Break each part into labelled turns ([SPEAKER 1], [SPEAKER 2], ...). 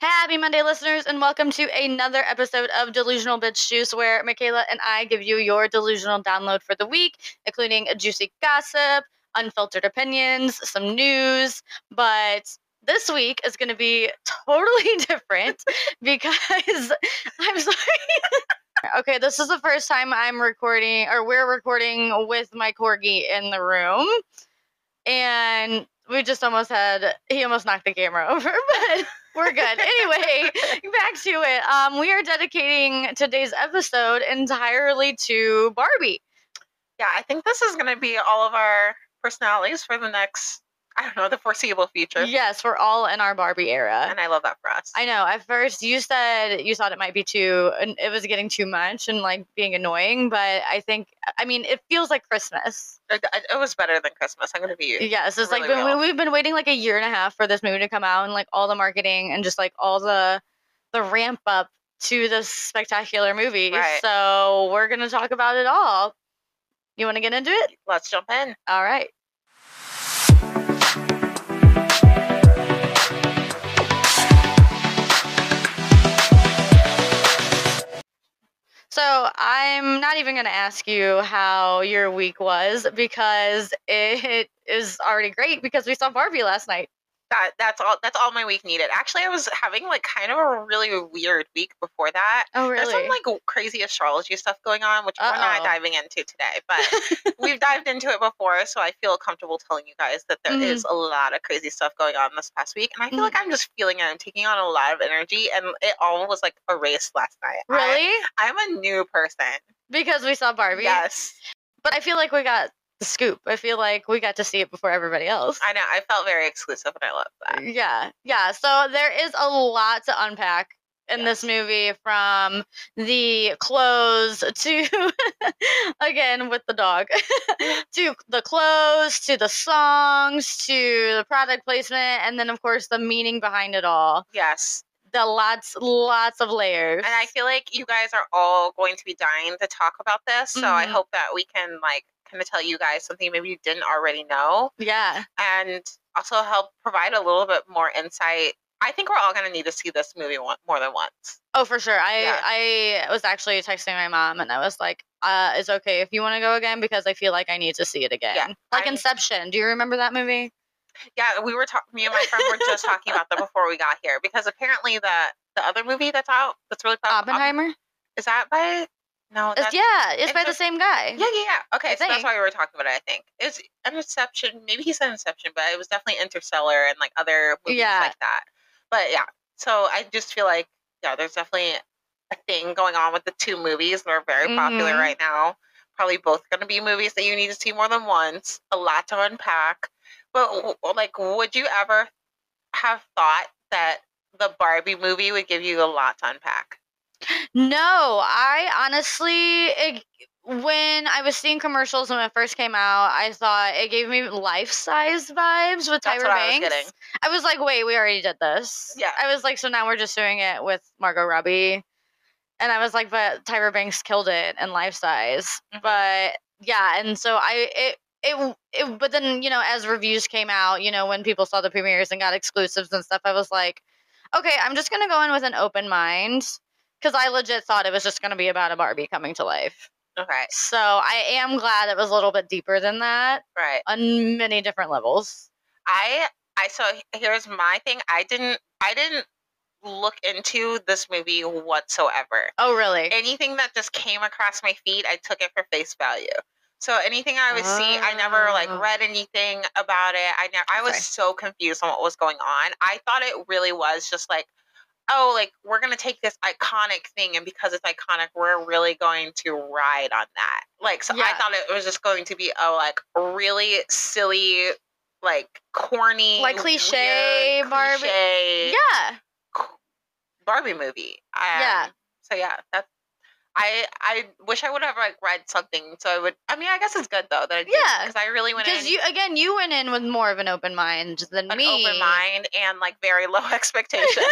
[SPEAKER 1] Happy Monday, listeners, and welcome to another episode of Delusional Bitch Juice, where Michaela and I give you your delusional download for the week, including juicy gossip, unfiltered opinions, some news. But this week is going to be totally different because I'm sorry. Okay, this is the first time I'm recording, or we're recording with my corgi in the room. And we just almost had, he almost knocked the camera over, but we're good. Anyway, back to it. Um, we are dedicating today's episode entirely to Barbie.
[SPEAKER 2] Yeah, I think this is going to be all of our personalities for the next, I don't know, the foreseeable future.
[SPEAKER 1] Yes, we're all in our Barbie era.
[SPEAKER 2] And I love that for us.
[SPEAKER 1] I know. At first, you said you thought it might be too, and it was getting too much and like being annoying. But I think, I mean, it feels like Christmas.
[SPEAKER 2] it, it was better than Christmas. I'm going to be.
[SPEAKER 1] Yes, it's like
[SPEAKER 2] really
[SPEAKER 1] been,
[SPEAKER 2] real.
[SPEAKER 1] we- we've been waiting like a year and a half for this movie to come out, and like all the marketing and just like all the the ramp up to this spectacular movie.
[SPEAKER 2] Right.
[SPEAKER 1] So we're gonna talk about it all. You want to get into it?
[SPEAKER 2] Let's jump in.
[SPEAKER 1] All right. So I'm not even going to ask you how your week was because it is already great because we saw Barbie last night.
[SPEAKER 2] That that's all. That's all my week needed. Actually, I was having like kind of a really weird week before that.
[SPEAKER 1] Oh,
[SPEAKER 2] There's some like w- crazy astrology stuff going on, which we're
[SPEAKER 1] Uh-oh.
[SPEAKER 2] not diving into today, but we've dived into it before, so I feel comfortable telling you guys that there is
[SPEAKER 1] Mhm.
[SPEAKER 2] a lot of crazy stuff going on this past week, and I feel like
[SPEAKER 1] Mm-hmm.
[SPEAKER 2] I'm just feeling it. I'm taking on a lot of energy, and it all was like erased last night. I-
[SPEAKER 1] really?
[SPEAKER 2] I'm a new person.
[SPEAKER 1] Because we saw Barbie.
[SPEAKER 2] Yes.
[SPEAKER 1] But I feel like we got the scoop. I feel like we got to see it before everybody else.
[SPEAKER 2] I know. I felt very exclusive and I love that.
[SPEAKER 1] Yeah, yeah. So there is a lot to unpack in this movie from the clothes to, again, with the dog, to the clothes, to the songs, to the product placement, and then, of course, the meaning behind it all.
[SPEAKER 2] Yes.
[SPEAKER 1] The lots, lots of layers.
[SPEAKER 2] And I feel like you guys are all going to be dying to talk about this. So I
[SPEAKER 1] Mhm.
[SPEAKER 2] hope that we can, like, kind of tell you guys something maybe you didn't already know
[SPEAKER 1] yeah,
[SPEAKER 2] and also help provide a little bit more insight. I think we're all going to need to see this movie one, more than once.
[SPEAKER 1] Oh, for sure. I
[SPEAKER 2] Yeah.
[SPEAKER 1] I was actually texting my mom, and I was like, uh, "It's okay if you want to go again because I feel like I need to see it again." like
[SPEAKER 2] I'm-
[SPEAKER 1] Inception. Do you remember that movie?
[SPEAKER 2] Yeah, we were talking, me and my friend were just talking about that before we got here because apparently the, the other movie that's out that's really popular
[SPEAKER 1] Oppenheimer.
[SPEAKER 2] is that by, no,
[SPEAKER 1] It's,
[SPEAKER 2] that's
[SPEAKER 1] yeah, it's
[SPEAKER 2] it's
[SPEAKER 1] by the
[SPEAKER 2] a-
[SPEAKER 1] same guy.
[SPEAKER 2] Yeah, yeah, yeah. Okay,
[SPEAKER 1] I
[SPEAKER 2] so that's
[SPEAKER 1] think.
[SPEAKER 2] why we were talking about it. I think it's an Inception. Maybe he said Inception, but it was definitely Interstellar and like other movies
[SPEAKER 1] Yeah.
[SPEAKER 2] like that. But yeah, so I just feel like yeah, there's definitely a thing going on with the two movies that are very popular
[SPEAKER 1] Mhm.
[SPEAKER 2] right now. Probably both going to be movies that you need to see more than once. A lot to unpack. But w- like, would you ever have thought that the Barbie movie would give you a lot to unpack?
[SPEAKER 1] No, I honestly, it, when I was seeing commercials when it first came out, I thought it gave me life size vibes with
[SPEAKER 2] That's
[SPEAKER 1] Tyra
[SPEAKER 2] what I was
[SPEAKER 1] Banks.
[SPEAKER 2] getting.
[SPEAKER 1] I was like, wait, we already did this.
[SPEAKER 2] Yeah.
[SPEAKER 1] I was like, so now we're just doing it with Margot Robbie. And I was like, but Tyra Banks killed it in life size.
[SPEAKER 2] Mhm.
[SPEAKER 1] But yeah, and so I it, it it but then, you know, as reviews came out, you know, when people saw the premieres and got exclusives and stuff, I was like, okay, I'm just going to go in with an open mind cuz I legit thought it was just going to be about a Barbie coming to life.
[SPEAKER 2] Okay,
[SPEAKER 1] So, I am glad it was a little bit deeper than that
[SPEAKER 2] right.
[SPEAKER 1] on many different levels.
[SPEAKER 2] I I so here's my thing. I didn't I didn't look into this movie whatsoever.
[SPEAKER 1] Oh, really?
[SPEAKER 2] Anything that just came across my feed, I took it for face value. So anything I was seeing, I never like
[SPEAKER 1] Oh.
[SPEAKER 2] read anything about it. I never, I was
[SPEAKER 1] Okay.
[SPEAKER 2] so confused on what was going on. I thought it really was just like, oh, like we're gonna take this iconic thing, and because it's iconic, we're really going to ride on that. Like, so I
[SPEAKER 1] Yeah.
[SPEAKER 2] thought it was just going to be a like really silly, like corny,
[SPEAKER 1] Like cliche
[SPEAKER 2] weird,
[SPEAKER 1] Barbie-
[SPEAKER 2] cliche
[SPEAKER 1] yeah.
[SPEAKER 2] Barbie movie. Um,
[SPEAKER 1] Yeah.
[SPEAKER 2] So yeah, that's. I, I wish I would have like read something so I would I mean I guess it's good though that I did
[SPEAKER 1] Yeah.
[SPEAKER 2] because I really went
[SPEAKER 1] Because
[SPEAKER 2] in
[SPEAKER 1] you again, you went in with more of an open mind than
[SPEAKER 2] an
[SPEAKER 1] me.
[SPEAKER 2] open mind and like very low expectations.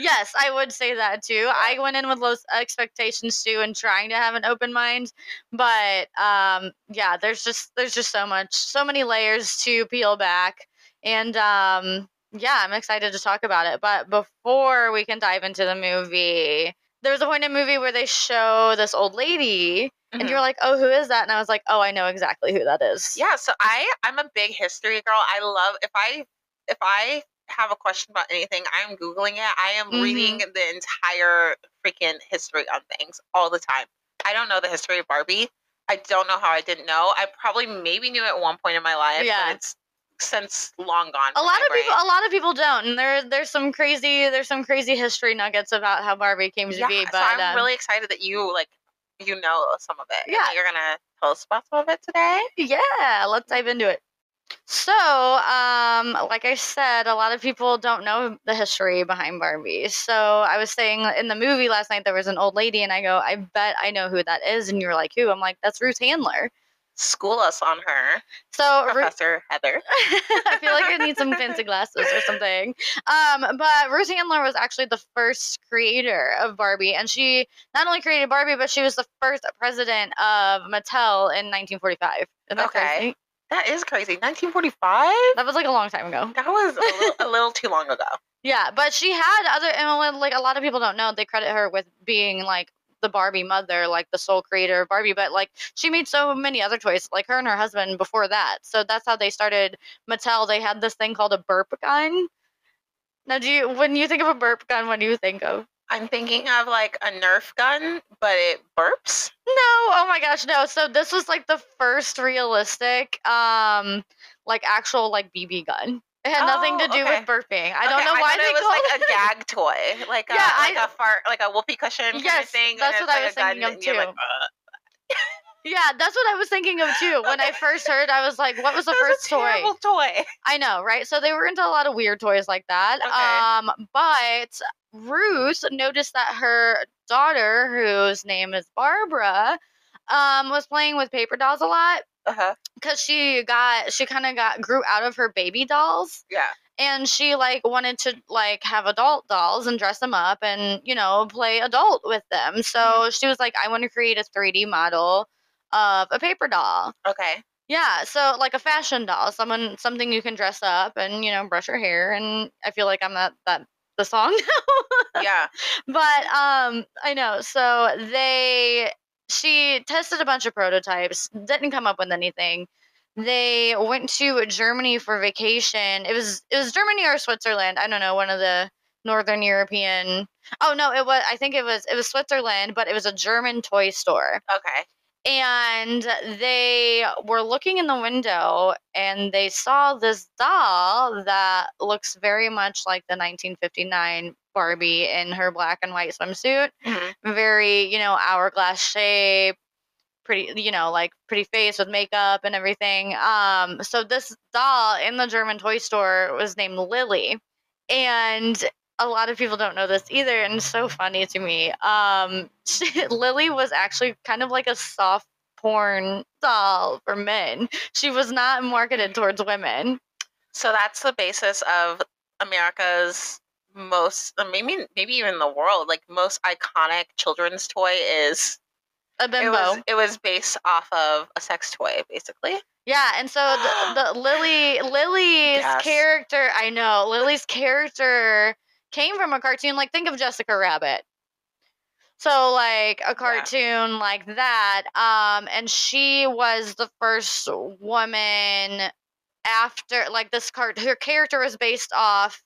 [SPEAKER 1] yes, I would say that too. I went in with low s- expectations too, and trying to have an open mind. But um, yeah, there's just there's just so much, so many layers to peel back, and um, yeah, I'm excited to talk about it. But before we can dive into the movie, there was a point in the movie where they show this old lady, and you were like, "Oh, who is that?" And I was like, "Oh, I know exactly who that is."
[SPEAKER 2] Mm-hmm. Yeah, so I I'm a big history girl. I love if I if I have a question about anything, I am googling it. I am
[SPEAKER 1] Mhm.
[SPEAKER 2] reading the entire freaking history on things all the time. I don't know the history of Barbie. I don't know how I didn't know. I probably maybe knew at one point in my life,
[SPEAKER 1] Yeah.
[SPEAKER 2] but it's since long gone.
[SPEAKER 1] a
[SPEAKER 2] from
[SPEAKER 1] lot
[SPEAKER 2] my
[SPEAKER 1] of people
[SPEAKER 2] brain.
[SPEAKER 1] a lot of people don't and there there's some crazy there's some crazy history nuggets about how barbie came to
[SPEAKER 2] Yeah,
[SPEAKER 1] be but
[SPEAKER 2] so I'm
[SPEAKER 1] um,
[SPEAKER 2] really excited that you like you know some of it. and
[SPEAKER 1] Yeah.
[SPEAKER 2] that you're gonna tell us about some of it today.
[SPEAKER 1] yeah let's dive into it so um like i said a lot of people don't know the history behind barbie so i was saying in the movie last night there was an old lady and i go i bet i know who that is and you were like who i'm like that's ruth handler
[SPEAKER 2] School us on her,
[SPEAKER 1] so Ru-
[SPEAKER 2] Professor Heather.
[SPEAKER 1] I feel like I need some fancy glasses or something. Um, but Ruth Handler was actually the first creator of Barbie, and she not only created Barbie, but she was the first president of Mattel in 1945. Isn't that
[SPEAKER 2] Okay.
[SPEAKER 1] crazy?
[SPEAKER 2] That is crazy. 1945.
[SPEAKER 1] That was like a long time ago.
[SPEAKER 2] That was a little, a little too long ago.
[SPEAKER 1] Yeah, but she had other, and like a lot of people don't know, they credit her with being like the Barbie mother, like the sole creator of Barbie, but like she made so many other toys, like her and her husband before that. So that's how they started Mattel. They had this thing called a burp gun. Now, do you, when you think of a burp gun, what do you think of?
[SPEAKER 2] I'm thinking of like a Nerf gun, but it burps.
[SPEAKER 1] No, oh my gosh, no. So this was like the first realistic, um, like actual like BB gun. It had nothing
[SPEAKER 2] Oh,
[SPEAKER 1] to do
[SPEAKER 2] okay.
[SPEAKER 1] with burping. I don't
[SPEAKER 2] Okay,
[SPEAKER 1] know why
[SPEAKER 2] thought
[SPEAKER 1] they
[SPEAKER 2] it was
[SPEAKER 1] called
[SPEAKER 2] like a gag toy, like a,
[SPEAKER 1] Yeah, I-
[SPEAKER 2] like a fart, like a whoopee cushion kind of
[SPEAKER 1] Yes,
[SPEAKER 2] thing. and
[SPEAKER 1] that's
[SPEAKER 2] it's
[SPEAKER 1] what I
[SPEAKER 2] like
[SPEAKER 1] was
[SPEAKER 2] a gun
[SPEAKER 1] thinking of
[SPEAKER 2] and you're like,
[SPEAKER 1] too.
[SPEAKER 2] "Ugh."
[SPEAKER 1] Yeah, that's what I was thinking of too. When I first heard, I was like, "What was the
[SPEAKER 2] That was
[SPEAKER 1] first
[SPEAKER 2] a
[SPEAKER 1] toy?"
[SPEAKER 2] terrible toy.
[SPEAKER 1] I know, right? So they were into a lot of weird toys like that.
[SPEAKER 2] Okay.
[SPEAKER 1] Um, but Ruth noticed that her daughter, whose name is Barbara, um, was playing with paper dolls a lot
[SPEAKER 2] Uh-huh.
[SPEAKER 1] because she got she kind of got grew out of her baby dolls
[SPEAKER 2] Yeah.
[SPEAKER 1] and she like wanted to like have adult dolls and dress them up and you know play adult with them
[SPEAKER 2] Mm-hmm.
[SPEAKER 1] so she was like i want to create a 3d model of a paper doll
[SPEAKER 2] Okay.
[SPEAKER 1] yeah so like a fashion doll someone something you can dress up and you know brush your hair and i feel like i'm not that the song
[SPEAKER 2] Yeah.
[SPEAKER 1] but um i know so they she tested a bunch of prototypes didn't come up with anything they went to germany for vacation it was it was germany or switzerland i don't know one of the northern european oh no it was i think it was it was switzerland but it was a german toy store
[SPEAKER 2] Okay.
[SPEAKER 1] and they were looking in the window and they saw this doll that looks very much like the 1959 Barbie in her black and white swimsuit.
[SPEAKER 2] Mhm.
[SPEAKER 1] Very, you know, hourglass shape, pretty, you know, like pretty face with makeup and everything. Um, so this doll in the German toy store was named Lily. And a lot of people don't know this either and it's so funny to me um she, lily was actually kind of like a soft porn doll for men she was not marketed towards women
[SPEAKER 2] So that's the basis of America's most, uh, maybe maybe even the world, like most iconic children's toy is
[SPEAKER 1] a bimbo
[SPEAKER 2] it was it was based off of a sex toy, basically.
[SPEAKER 1] yeah and so the, the lily lily's
[SPEAKER 2] Yes.
[SPEAKER 1] character i know lily's character came from a cartoon like think of jessica rabbit so like a cartoon like that um and she was the first woman after like this cart her character was based off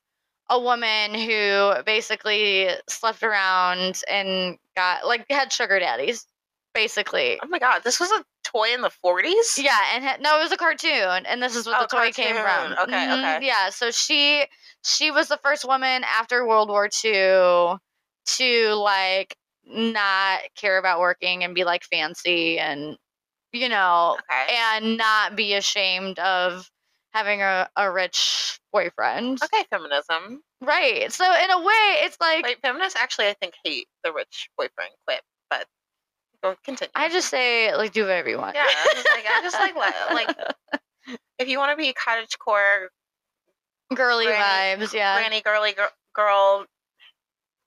[SPEAKER 1] a woman who basically slept around and got like had sugar daddies basically
[SPEAKER 2] Oh my god, this was a toy in the 40s?
[SPEAKER 1] yeah, and ha- no, it was a cartoon, and this is what
[SPEAKER 2] Oh,
[SPEAKER 1] the toy came from.
[SPEAKER 2] cartoon. Okay,
[SPEAKER 1] Mhm,
[SPEAKER 2] okay.
[SPEAKER 1] Yeah, so she she was the first woman after World War II to like not care about working and be like fancy and you know
[SPEAKER 2] Okay.
[SPEAKER 1] and not be ashamed of having a, a rich boyfriend.
[SPEAKER 2] okay, feminism.
[SPEAKER 1] Right. So in a way, it's like
[SPEAKER 2] Wait, feminists actually, I think, hate the rich boyfriend quip, but go continue.
[SPEAKER 1] I just say like do whatever you want.
[SPEAKER 2] yeah, I just like, I just like, let- like if you want to be cottage core,
[SPEAKER 1] girly
[SPEAKER 2] Granny-
[SPEAKER 1] vibes. Yeah.
[SPEAKER 2] granny, girly gir- girl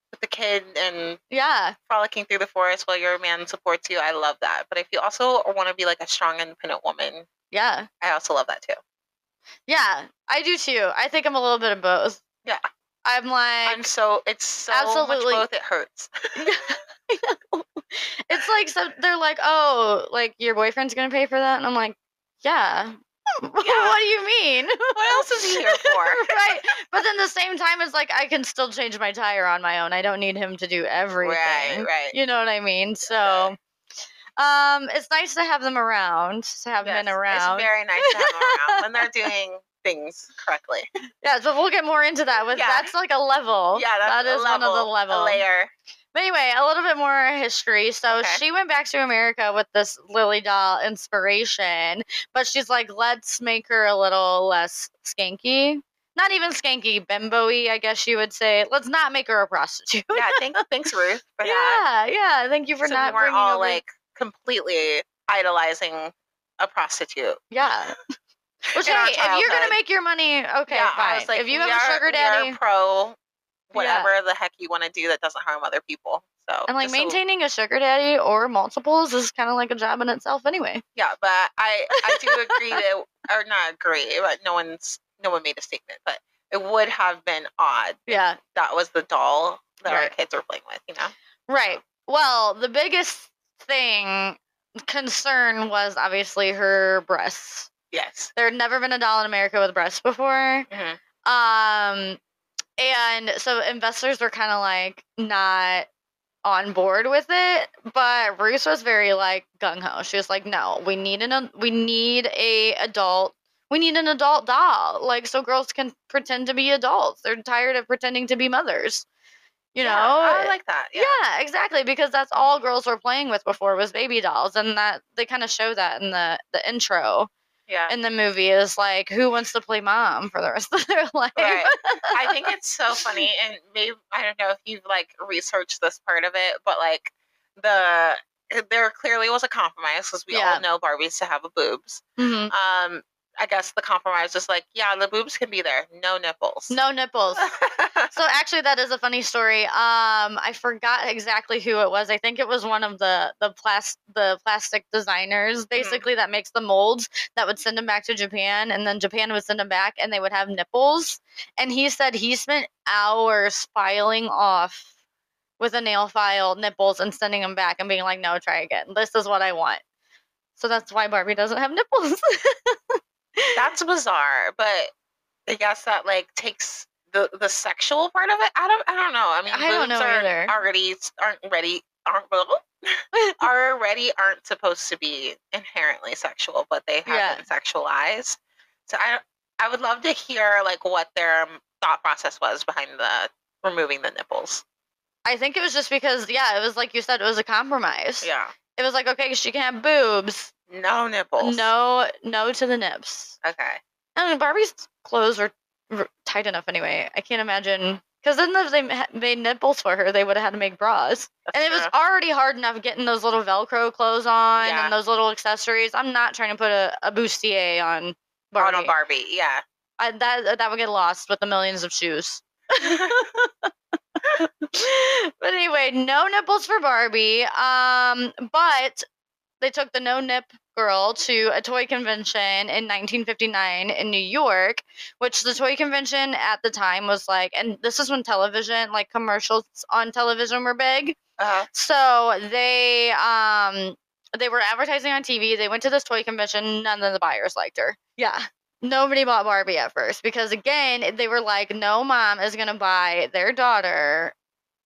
[SPEAKER 2] with the kid and
[SPEAKER 1] Yeah.
[SPEAKER 2] frolicking through the forest while your man supports you, I love that. But if you also want to be like a strong, independent woman,
[SPEAKER 1] Yeah.
[SPEAKER 2] I also love that too.
[SPEAKER 1] Yeah, I do too. I think I'm a little bit of both.
[SPEAKER 2] Yeah.
[SPEAKER 1] I'm like,
[SPEAKER 2] I'm so it's so
[SPEAKER 1] Absolutely.
[SPEAKER 2] much both it hurts.
[SPEAKER 1] it's like some, they're like, oh, like your boyfriend's gonna pay for that, and I'm like, yeah. what do you mean?
[SPEAKER 2] What else is he here for?
[SPEAKER 1] right. But then the same time, it's like I can still change my tire on my own. I don't need him to do everything.
[SPEAKER 2] Right, right.
[SPEAKER 1] You know what I mean? So, um, it's nice to have them around. To have
[SPEAKER 2] Yes,
[SPEAKER 1] men around.
[SPEAKER 2] It's very nice to have them around when they're doing things correctly.
[SPEAKER 1] yeah, but we'll get more into that. With
[SPEAKER 2] Yeah.
[SPEAKER 1] that's like a level.
[SPEAKER 2] Yeah, that's
[SPEAKER 1] That
[SPEAKER 2] a
[SPEAKER 1] is
[SPEAKER 2] level,
[SPEAKER 1] one of the
[SPEAKER 2] A
[SPEAKER 1] levels.
[SPEAKER 2] layer.
[SPEAKER 1] But anyway, a little bit more history. So
[SPEAKER 2] Okay.
[SPEAKER 1] she went back to America with this Lily doll inspiration, but she's like, let's make her a little less skanky. Not even skanky, bimbo-y, I guess you would say. Let's not make her a prostitute.
[SPEAKER 2] Yeah, thank, thanks Ruth for
[SPEAKER 1] yeah,
[SPEAKER 2] that.
[SPEAKER 1] yeah. Thank you for
[SPEAKER 2] so
[SPEAKER 1] not
[SPEAKER 2] we weren't
[SPEAKER 1] bringing
[SPEAKER 2] all
[SPEAKER 1] over-
[SPEAKER 2] like completely idolizing a prostitute.
[SPEAKER 1] yeah. Which
[SPEAKER 2] in our
[SPEAKER 1] hey, if you're gonna
[SPEAKER 2] childhood.
[SPEAKER 1] make your money, okay,
[SPEAKER 2] yeah,
[SPEAKER 1] fine.
[SPEAKER 2] I was like,
[SPEAKER 1] if you
[SPEAKER 2] we
[SPEAKER 1] have a
[SPEAKER 2] are-
[SPEAKER 1] sugar
[SPEAKER 2] we are
[SPEAKER 1] daddy,
[SPEAKER 2] pro whatever the heck you want to do that doesn't harm other people. So
[SPEAKER 1] and like
[SPEAKER 2] just so-
[SPEAKER 1] maintaining a sugar daddy or multiples is kind of like a job in itself, anyway.
[SPEAKER 2] Yeah, but I I do agree that or not agree, but no one's no one made a statement, but it would have been odd.
[SPEAKER 1] Yeah.
[SPEAKER 2] That was the doll that our
[SPEAKER 1] Right.
[SPEAKER 2] kids were playing with, you know.
[SPEAKER 1] Right. Well, the biggest thing concern was obviously her breasts.
[SPEAKER 2] Yes.
[SPEAKER 1] There had never been a doll in America with breasts before.
[SPEAKER 2] Mhm.
[SPEAKER 1] Um and so investors were kind of like not on board with it, but Ruth was very like gung ho. She was like, "No, we need an we need a adult. We need an adult doll. Like so girls can pretend to be adults. They're tired of pretending to be mothers." You know,
[SPEAKER 2] Yeah, I like that.
[SPEAKER 1] yeah. exactly. Because that's all girls were playing with before was baby dolls, and that they kind of show that in the the intro
[SPEAKER 2] Yeah.
[SPEAKER 1] in the movie is like, who wants to play mom for the rest of their life?
[SPEAKER 2] Right. I think it's so funny, and maybe I don't know if you've like researched this part of it, but like the there clearly was a compromise because we
[SPEAKER 1] Yeah.
[SPEAKER 2] all know Barbies to have a boobs.
[SPEAKER 1] Mhm.
[SPEAKER 2] Um, I guess the compromise was like, yeah, the boobs can be there, no nipples.
[SPEAKER 1] No nipples. so actually, that is a funny story. Um, I forgot exactly who it was. I think it was one of the the plas- the plastic designers, basically that makes the molds that would send them back to Japan, and then Japan would send them back, and they would have nipples. And he said he spent hours filing off with a nail file nipples and sending them back and being like, "No, try again. This is what I want." So that's why Barbie doesn't have nipples.
[SPEAKER 2] That's bizarre, but I guess that like takes the the sexual part of it. I don't I don't know. I mean,
[SPEAKER 1] I don't
[SPEAKER 2] boobs
[SPEAKER 1] know
[SPEAKER 2] aren't
[SPEAKER 1] either.
[SPEAKER 2] already aren't ready aren't already aren't supposed to be inherently sexual, but they have
[SPEAKER 1] Yeah.
[SPEAKER 2] been sexualized. So I I would love to hear like what their um, thought process was behind the removing the nipples.
[SPEAKER 1] I think it was just because, yeah, it was like you said, it was a compromise.
[SPEAKER 2] Yeah.
[SPEAKER 1] It was like, okay, she can have boobs.
[SPEAKER 2] No nipples.
[SPEAKER 1] No, no to the nips.
[SPEAKER 2] Okay.
[SPEAKER 1] I mean, Barbie's clothes were r- tight enough anyway. I can't imagine. Because then if they ma- made nipples for her, they would have had to make bras.
[SPEAKER 2] That's
[SPEAKER 1] And it was
[SPEAKER 2] true.
[SPEAKER 1] already hard enough getting those little Velcro clothes on
[SPEAKER 2] Yeah.
[SPEAKER 1] and those little accessories. I'm not trying to put a, a bustier on
[SPEAKER 2] Oh,
[SPEAKER 1] Barbie.
[SPEAKER 2] no, Barbie. Yeah.
[SPEAKER 1] I, that, that would get lost with the millions of shoes. but anyway, no nipples for Barbie. Um, but they took the no nip girl to a toy convention in 1959 in New York, which the toy convention at the time was like, and this is when television, like commercials on television, were big.
[SPEAKER 2] Uh,
[SPEAKER 1] So they um they were advertising on TV. They went to this toy convention. None of the buyers liked her. Yeah. Nobody bought Barbie at first because again, they were like, no mom is gonna buy their daughter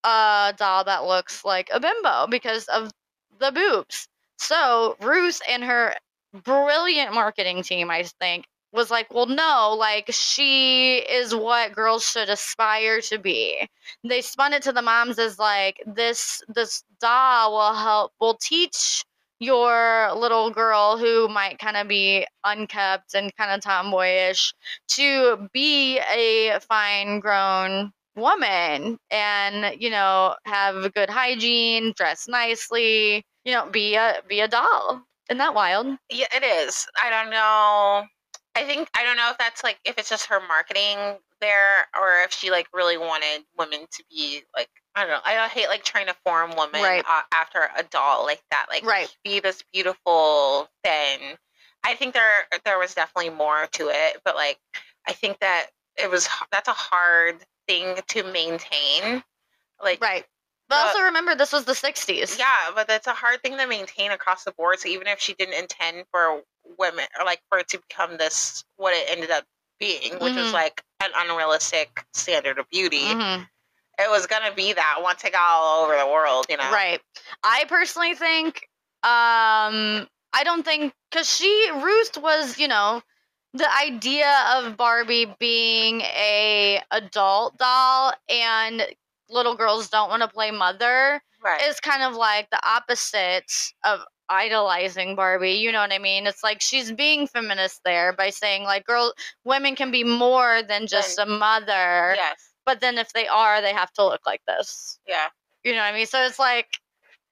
[SPEAKER 1] a doll that looks like a bimbo because of the boobs. So Ruth and her brilliant marketing team, I think, was like, well, no, like she is what girls should aspire to be they spun it to the moms as like this this doll will help will teach your little girl who might kind of be unkept and kind of tomboyish to be a fine grown woman and you know have good hygiene dress nicely you know be a be a doll isn't that wild
[SPEAKER 2] yeah, it is. I don't know. I think I don't know if that's like if it's just her marketing there or if she like really wanted women to be like I don't know. I don't hate like trying to form women
[SPEAKER 1] Right.
[SPEAKER 2] a- after a doll like that. Like
[SPEAKER 1] right
[SPEAKER 2] be this beautiful thing I think there there was definitely more to it, but like I think that it was that's a hard thing to maintain. Like
[SPEAKER 1] Right. But
[SPEAKER 2] Uh,
[SPEAKER 1] also remember, this was the 60s.
[SPEAKER 2] yeah, but that's a hard thing to maintain across the board. So even if she didn't intend for women or like for it to become this what it ended up being, which was
[SPEAKER 1] Mhm.
[SPEAKER 2] like an unrealistic standard of beauty,
[SPEAKER 1] Mhm.
[SPEAKER 2] it was gonna be that once it got all over the world, you know.
[SPEAKER 1] Right. I personally think, um, I don't think, because she, Ruth was, you know, the idea of Barbie being a adult doll and little girls don't want to play mother
[SPEAKER 2] Right.
[SPEAKER 1] is kind of like the opposite of idolizing Barbie. You know what I mean? It's like she's being feminist there by saying like girl women can be more than just a mother.
[SPEAKER 2] yes.
[SPEAKER 1] But then if they are, they have to look like this.
[SPEAKER 2] Yeah.
[SPEAKER 1] You know what I mean? So it's like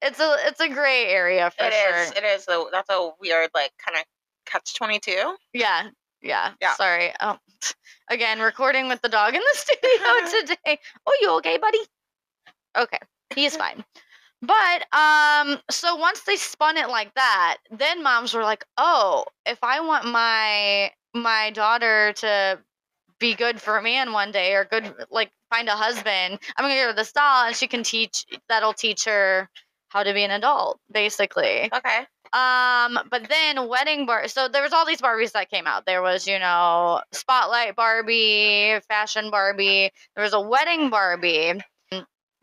[SPEAKER 1] it's a it's a gray area for
[SPEAKER 2] It is.
[SPEAKER 1] sure.
[SPEAKER 2] It is. Though that's a weird, like, kind of catch twenty two.
[SPEAKER 1] Yeah. Yeah.
[SPEAKER 2] Yeah.
[SPEAKER 1] Sorry. Oh, again, recording with the dog in the studio today. Oh, you okay, buddy? Okay. He's fine. But um so once they spun it like that, then moms were like, "Oh, if I want my my daughter to be good for a man one day or good like find a husband, I'm going to give her this doll and she can teach that'll teach her how to be an adult basically."
[SPEAKER 2] Okay.
[SPEAKER 1] Um, but then wedding bar. So there was all these Barbies that came out. There was, you know, Spotlight Barbie, Fashion Barbie. There was a wedding Barbie.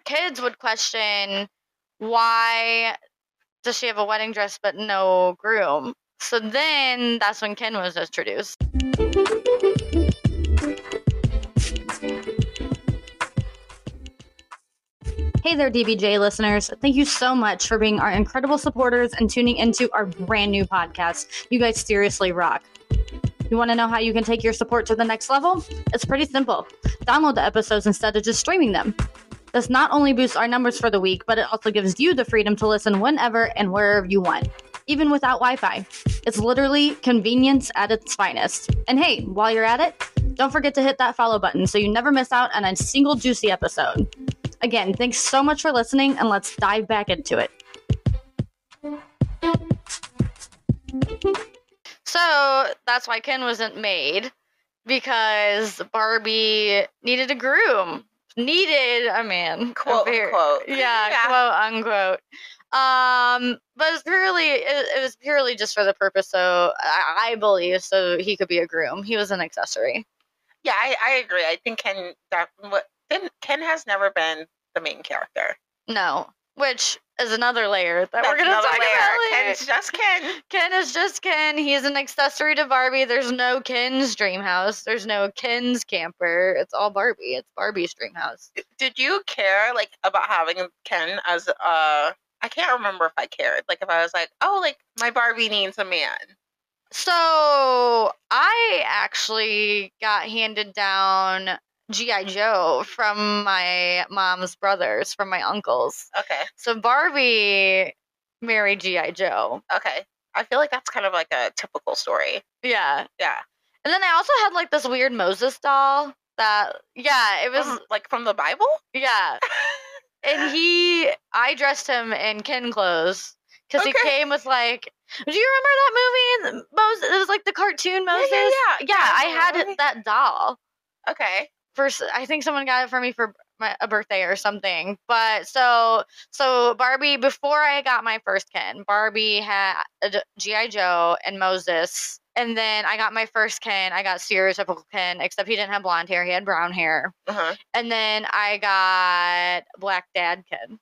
[SPEAKER 1] Kids would question why does she have a wedding dress but no groom? So then that's when Ken was introduced. Hey there, DBJ listeners. Thank you so much for being our incredible supporters and tuning into our brand new podcast. You guys seriously rock. You want to know how you can take your support to the next level? It's pretty simple. Download the episodes instead of just streaming them. This not only boosts our numbers for the week, but it also gives you the freedom to listen whenever and wherever you want, even without Wi Fi. It's literally convenience at its finest. And hey, while you're at it, don't forget to hit that follow button so you never miss out on a single juicy episode. Again, thanks so much for listening, and let's dive back into it. So that's why Ken wasn't made because Barbie needed a groom, needed a man.
[SPEAKER 2] Quote
[SPEAKER 1] Very-
[SPEAKER 2] unquote.
[SPEAKER 1] yeah, quote unquote. Um, but it's purely it, it was purely just for the purpose. So I, I believe so he could be a groom. He was an accessory.
[SPEAKER 2] Yeah, I, I agree. I think Ken that what didn't Ken has never been the main character.
[SPEAKER 1] No, which is another layer that we're
[SPEAKER 2] That's
[SPEAKER 1] gonna
[SPEAKER 2] another
[SPEAKER 1] talk
[SPEAKER 2] layer.
[SPEAKER 1] about later.
[SPEAKER 2] Ken's just Ken.
[SPEAKER 1] Ken is just Ken. He is an accessory to Barbie. There's no Ken's dream house. There's no Ken's camper. It's all Barbie. It's Barbie's dream house.
[SPEAKER 2] Did you care like about having Ken as uh I can't remember if I cared. Like if I was like, oh like my Barbie needs a man.
[SPEAKER 1] So I actually got handed down G.I. Joe from my mom's brothers, from my uncles.
[SPEAKER 2] Okay.
[SPEAKER 1] So Barbie married G.I. Joe.
[SPEAKER 2] Okay. I feel like that's kind of like a typical story.
[SPEAKER 1] Yeah.
[SPEAKER 2] Yeah.
[SPEAKER 1] And then I also had like this weird Moses doll that, yeah, it was,
[SPEAKER 2] From- like from the Bible?
[SPEAKER 1] yeah. and he I dressed him in Ken clothes because
[SPEAKER 2] Okay.
[SPEAKER 1] he came with like. Do you remember that movie? Moses. It was like the cartoon
[SPEAKER 2] yeah,
[SPEAKER 1] Moses.
[SPEAKER 2] yeah.
[SPEAKER 1] Yeah,
[SPEAKER 2] Yeah, I
[SPEAKER 1] I
[SPEAKER 2] remember
[SPEAKER 1] had
[SPEAKER 2] that movie.
[SPEAKER 1] that doll.
[SPEAKER 2] Okay.
[SPEAKER 1] First, I think someone got it for me for my a birthday or something. But so so Barbie. Before I got my first Ken, Barbie had a d- GI Joe and Moses. And then I got my first Ken. I got stereotypical Ken, except he didn't have blonde hair. He had brown hair.
[SPEAKER 2] Uh-huh.
[SPEAKER 1] And then I got Black Dad Ken.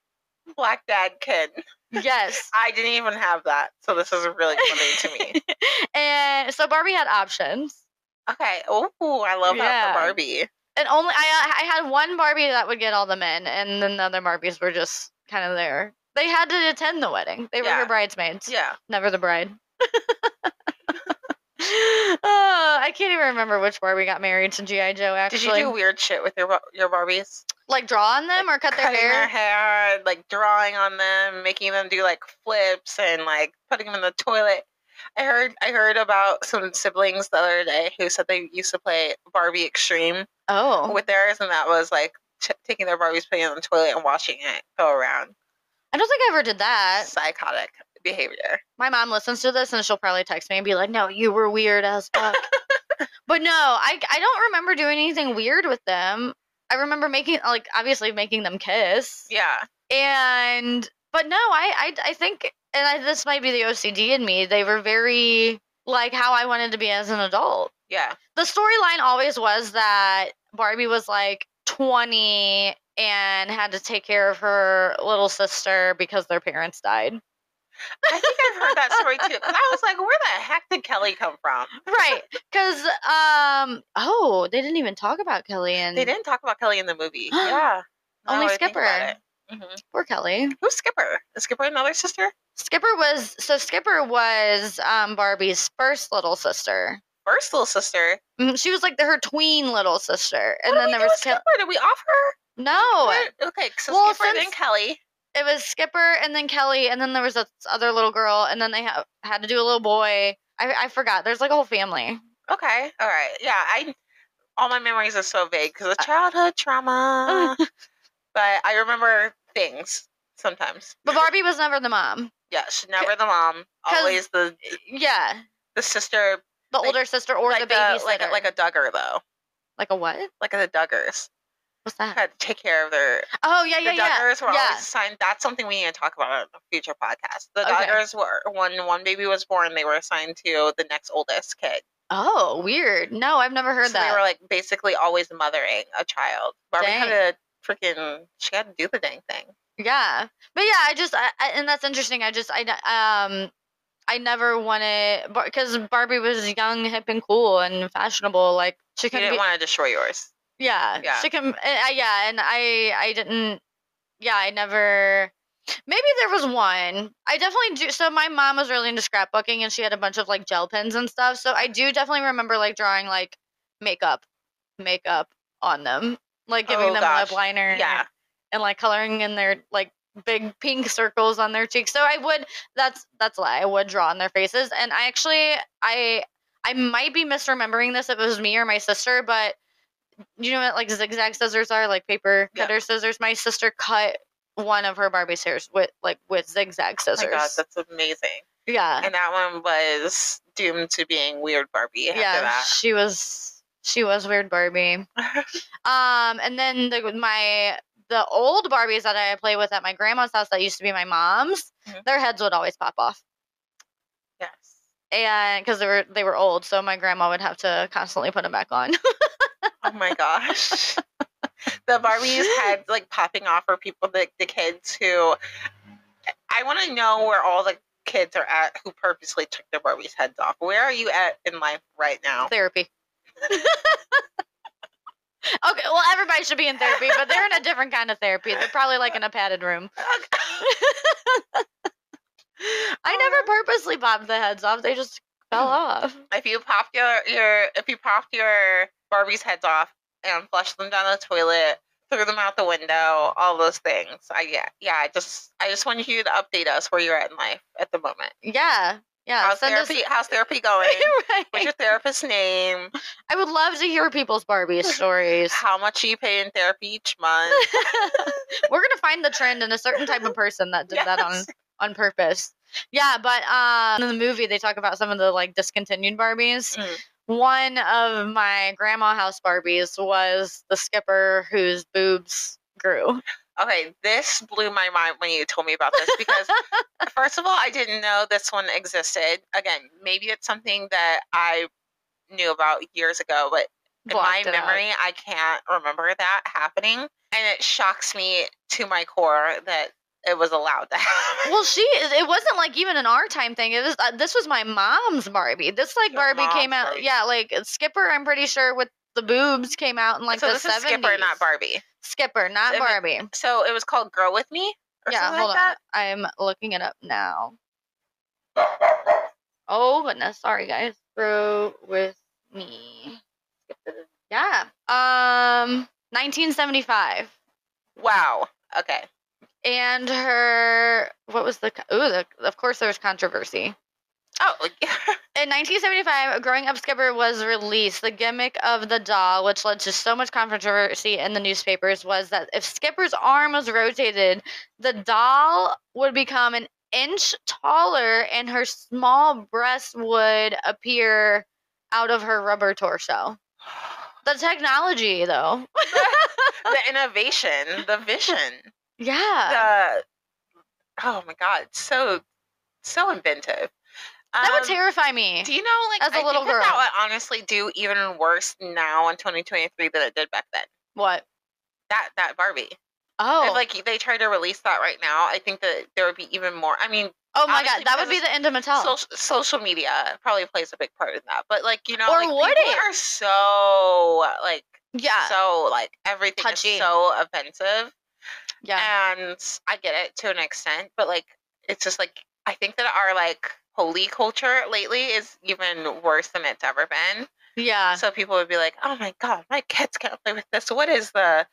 [SPEAKER 2] Black Dad Ken.
[SPEAKER 1] Yes.
[SPEAKER 2] I didn't even have that. So this is really funny to me.
[SPEAKER 1] and so Barbie had options.
[SPEAKER 2] Okay. Oh, I love that
[SPEAKER 1] Yeah.
[SPEAKER 2] for Barbie.
[SPEAKER 1] And only I uh, I had one Barbie that would get all the men and then the other Barbies were just kind of there. They had to attend the wedding. They were
[SPEAKER 2] Yeah.
[SPEAKER 1] her bridesmaids.
[SPEAKER 2] Yeah.
[SPEAKER 1] Never the bride. oh, I can't even remember which Barbie got married to G.I. Joe actually.
[SPEAKER 2] Did you do weird shit with your Bar- your Barbies?
[SPEAKER 1] like draw on them or cut their
[SPEAKER 2] Cutting
[SPEAKER 1] hair?
[SPEAKER 2] their hair, like drawing on them, making them do like flips and like putting them in the toilet. I heard I heard about some siblings the other day who said they used to play Barbie Extreme
[SPEAKER 1] Oh.
[SPEAKER 2] with theirs, and that was like t- taking their Barbies, putting it in the toilet, and watching it go around.
[SPEAKER 1] I don't think I ever did that.
[SPEAKER 2] Psychotic. behavior.
[SPEAKER 1] My mom listens to this and she'll probably text me and be like, "No, you were weird as fuck." but no, I I don't remember doing anything weird with them. I remember making like obviously making them kiss.
[SPEAKER 2] Yeah.
[SPEAKER 1] And but no, I I I think and I, this might be the OCD in me. They were very like how I wanted to be as an adult.
[SPEAKER 2] Yeah.
[SPEAKER 1] The storyline always was that Barbie was like 20 and had to take care of her little sister because their parents died.
[SPEAKER 2] I think I've heard that story too. 'cause I was like, where the heck did Kelly come from?
[SPEAKER 1] Right. Cuz um oh, they didn't even talk about Kelly and
[SPEAKER 2] They didn't talk about Kelly in the movie. yeah. Now
[SPEAKER 1] Only
[SPEAKER 2] that I think about
[SPEAKER 1] Skipper.
[SPEAKER 2] it. Mhm.
[SPEAKER 1] poor Kelly.
[SPEAKER 2] Who's Skipper? Is Skipper another sister?
[SPEAKER 1] Skipper was so Skipper was um Barbie's first little sister.
[SPEAKER 2] First little sister.
[SPEAKER 1] Mm, She was like the, her tween little sister, and
[SPEAKER 2] What did
[SPEAKER 1] then
[SPEAKER 2] we
[SPEAKER 1] there
[SPEAKER 2] do
[SPEAKER 1] was
[SPEAKER 2] with
[SPEAKER 1] Kelly.
[SPEAKER 2] Skipper. Did we offer?
[SPEAKER 1] No,
[SPEAKER 2] What- Okay, so
[SPEAKER 1] Well,
[SPEAKER 2] Skipper then
[SPEAKER 1] since-
[SPEAKER 2] Kelly.
[SPEAKER 1] it was Skipper and then Kelly, and then there was this other little girl, and then they ha- had to do a little boy. I, I forgot. There's like a whole family.
[SPEAKER 2] Okay, all right. Yeah, I all my memories are so vague because of childhood trauma. but I remember things sometimes.
[SPEAKER 1] But Barbie was never the mom.
[SPEAKER 2] Yeah, she's never the mom,
[SPEAKER 1] 'Cause-
[SPEAKER 2] always the
[SPEAKER 1] Yeah,
[SPEAKER 2] the sister,
[SPEAKER 1] the
[SPEAKER 2] Like-
[SPEAKER 1] older sister or
[SPEAKER 2] like
[SPEAKER 1] the baby
[SPEAKER 2] a, like a, like a Duggar though,
[SPEAKER 1] like a what?
[SPEAKER 2] like the Duggars
[SPEAKER 1] What's that?
[SPEAKER 2] had to take care of their
[SPEAKER 1] Oh yeah
[SPEAKER 2] the
[SPEAKER 1] yeah yeah.
[SPEAKER 2] Duggars were
[SPEAKER 1] yeah.
[SPEAKER 2] always assigned. That's something we need to talk about on a future podcast. The
[SPEAKER 1] Okay.
[SPEAKER 2] Duggars were when one baby was born, they were assigned to the next oldest kid.
[SPEAKER 1] Oh weird. No, I've never heard
[SPEAKER 2] so
[SPEAKER 1] that.
[SPEAKER 2] they were like basically always mothering a child. Barbie
[SPEAKER 1] Dang.
[SPEAKER 2] had to freaking she had to do the dang thing.
[SPEAKER 1] Yeah, but yeah, I just I, I- and that's interesting. I just I ne- um I never wanted because Barbie was young, hip, and cool and fashionable. Like she
[SPEAKER 2] You
[SPEAKER 1] couldn't
[SPEAKER 2] didn't
[SPEAKER 1] be,
[SPEAKER 2] want to destroy yours.
[SPEAKER 1] yeah,
[SPEAKER 2] yeah.
[SPEAKER 1] she can, uh, yeah, and I I didn't, yeah, I never. Maybe there was one. I definitely do. So my mom was really into scrapbooking, and she had a bunch of like gel pens and stuff. So I do definitely remember like drawing like makeup, makeup on them, like giving
[SPEAKER 2] Oh,
[SPEAKER 1] them
[SPEAKER 2] gosh.
[SPEAKER 1] lip liner.
[SPEAKER 2] Yeah.
[SPEAKER 1] and like coloring in their like big pink circles on their cheeks. So I would that's that's a lie. I would draw on their faces. And I actually I I might be misremembering this if it was me or my sister, but you know what like zigzag scissors are like paper
[SPEAKER 2] Yeah.
[SPEAKER 1] cutter scissors. My sister cut one of her Barbie's hairs with like with zigzag
[SPEAKER 2] Oh my
[SPEAKER 1] scissors.
[SPEAKER 2] god, that's amazing.
[SPEAKER 1] yeah.
[SPEAKER 2] And that one was doomed to being weird Barbie after
[SPEAKER 1] Yeah.
[SPEAKER 2] that.
[SPEAKER 1] She was she was weird Barbie. Um, and then the, my the old Barbies that I play with at my grandma's house that used to be my mom's,
[SPEAKER 2] Mhm.
[SPEAKER 1] their heads would always pop off,
[SPEAKER 2] Yes.
[SPEAKER 1] and because they were they were old, so my grandma would have to constantly put them back on.
[SPEAKER 2] Oh my gosh. the Barbie's heads like popping off for people the, the kids who I wanna know where all the kids are at who purposely took their Barbie's heads off. Where are you at in life right now?
[SPEAKER 1] therapy. okay, well everybody should be in therapy, but they're in a different kind of therapy. They're probably like in a padded room. I never purposely popped the heads off; they just fell off.
[SPEAKER 2] if you popped your, your if you popped your Barbie's heads off and flushed them down the toilet, threw them out the window, all those things. I yeah, yeah, I just I just wanted you to update us where you're at in life at the moment.
[SPEAKER 1] Yeah, yeah.
[SPEAKER 2] how's
[SPEAKER 1] Oh, send us-
[SPEAKER 2] therapy eh, how's therapy going?
[SPEAKER 1] Right.
[SPEAKER 2] What's your therapist's name?
[SPEAKER 1] I would love to hear people's Barbie stories.
[SPEAKER 2] How much are you pay in therapy each month?
[SPEAKER 1] We're gonna find the trend in a certain type of person that did that on
[SPEAKER 2] Yes.
[SPEAKER 1] on purpose. Yeah, but um, in the movie they talk about some of the like discontinued Barbies.
[SPEAKER 2] Mm.
[SPEAKER 1] One of my grandma house Barbies was the skipper whose boobs grew.
[SPEAKER 2] Okay, this blew my mind when you told me about this because first of all, I didn't know this one existed. Again, maybe it's something that I knew about years ago, but in my
[SPEAKER 1] Blocked it out.
[SPEAKER 2] memory, I can't remember that happening, and it shocks me to my core that it was allowed to happen.
[SPEAKER 1] Well, she it wasn't like even an our time thing. It was uh, this was my mom's Barbie. This like
[SPEAKER 2] Your
[SPEAKER 1] Barbie
[SPEAKER 2] mom's
[SPEAKER 1] came out.
[SPEAKER 2] Barbie.
[SPEAKER 1] Yeah, like Skipper. I'm pretty sure with the boobs came out in like
[SPEAKER 2] so
[SPEAKER 1] the
[SPEAKER 2] this
[SPEAKER 1] 70s.
[SPEAKER 2] is Skipper, not Barbie.
[SPEAKER 1] Skipper, not
[SPEAKER 2] If it-
[SPEAKER 1] Barbie.
[SPEAKER 2] So it was called "Grow with Me." Or
[SPEAKER 1] Yeah,
[SPEAKER 2] something
[SPEAKER 1] hold
[SPEAKER 2] like
[SPEAKER 1] on.
[SPEAKER 2] That?
[SPEAKER 1] I'm looking it up now. Oh goodness, sorry guys. Grow with me. Yeah. Um 1975.
[SPEAKER 2] Wow. Okay.
[SPEAKER 1] And her what was the co- ooh, the, of course there was controversy.
[SPEAKER 2] Oh, yeah.
[SPEAKER 1] In 1975, Growing Up Skipper was released. The gimmick of the doll, which led to so much controversy in the newspapers, was that if Skipper's arm was rotated, the doll would become an inch taller and her small breasts would appear out of her rubber torso. The technology, though.
[SPEAKER 2] the innovation, the vision,
[SPEAKER 1] Yeah.
[SPEAKER 2] the oh my god, so so inventive.
[SPEAKER 1] That would
[SPEAKER 2] Um,
[SPEAKER 1] terrify me.
[SPEAKER 2] Do you know, like,
[SPEAKER 1] As a
[SPEAKER 2] I
[SPEAKER 1] little
[SPEAKER 2] think that
[SPEAKER 1] girl.
[SPEAKER 2] that would honestly do even worse now in 2023 than it did back then.
[SPEAKER 1] What?
[SPEAKER 2] That that Barbie,
[SPEAKER 1] Oh.
[SPEAKER 2] if like they try to release that right now, I think that there would be even more. I mean,
[SPEAKER 1] oh my
[SPEAKER 2] obviously
[SPEAKER 1] god, that would be
[SPEAKER 2] because
[SPEAKER 1] the end of Mattel.
[SPEAKER 2] social, social media probably plays a big part in that. But like you know,
[SPEAKER 1] Or
[SPEAKER 2] like,
[SPEAKER 1] would
[SPEAKER 2] people
[SPEAKER 1] it? Uh.
[SPEAKER 2] are so like
[SPEAKER 1] yeah.
[SPEAKER 2] so like everything
[SPEAKER 1] Touchy.
[SPEAKER 2] is so offensive,
[SPEAKER 1] yeah.
[SPEAKER 2] and I get it to an extent, but like it's just like I think that our like holy culture lately is even worse than it's ever been.
[SPEAKER 1] yeah.
[SPEAKER 2] So people would be like, "Oh my god, my kids can't play with this. What is the?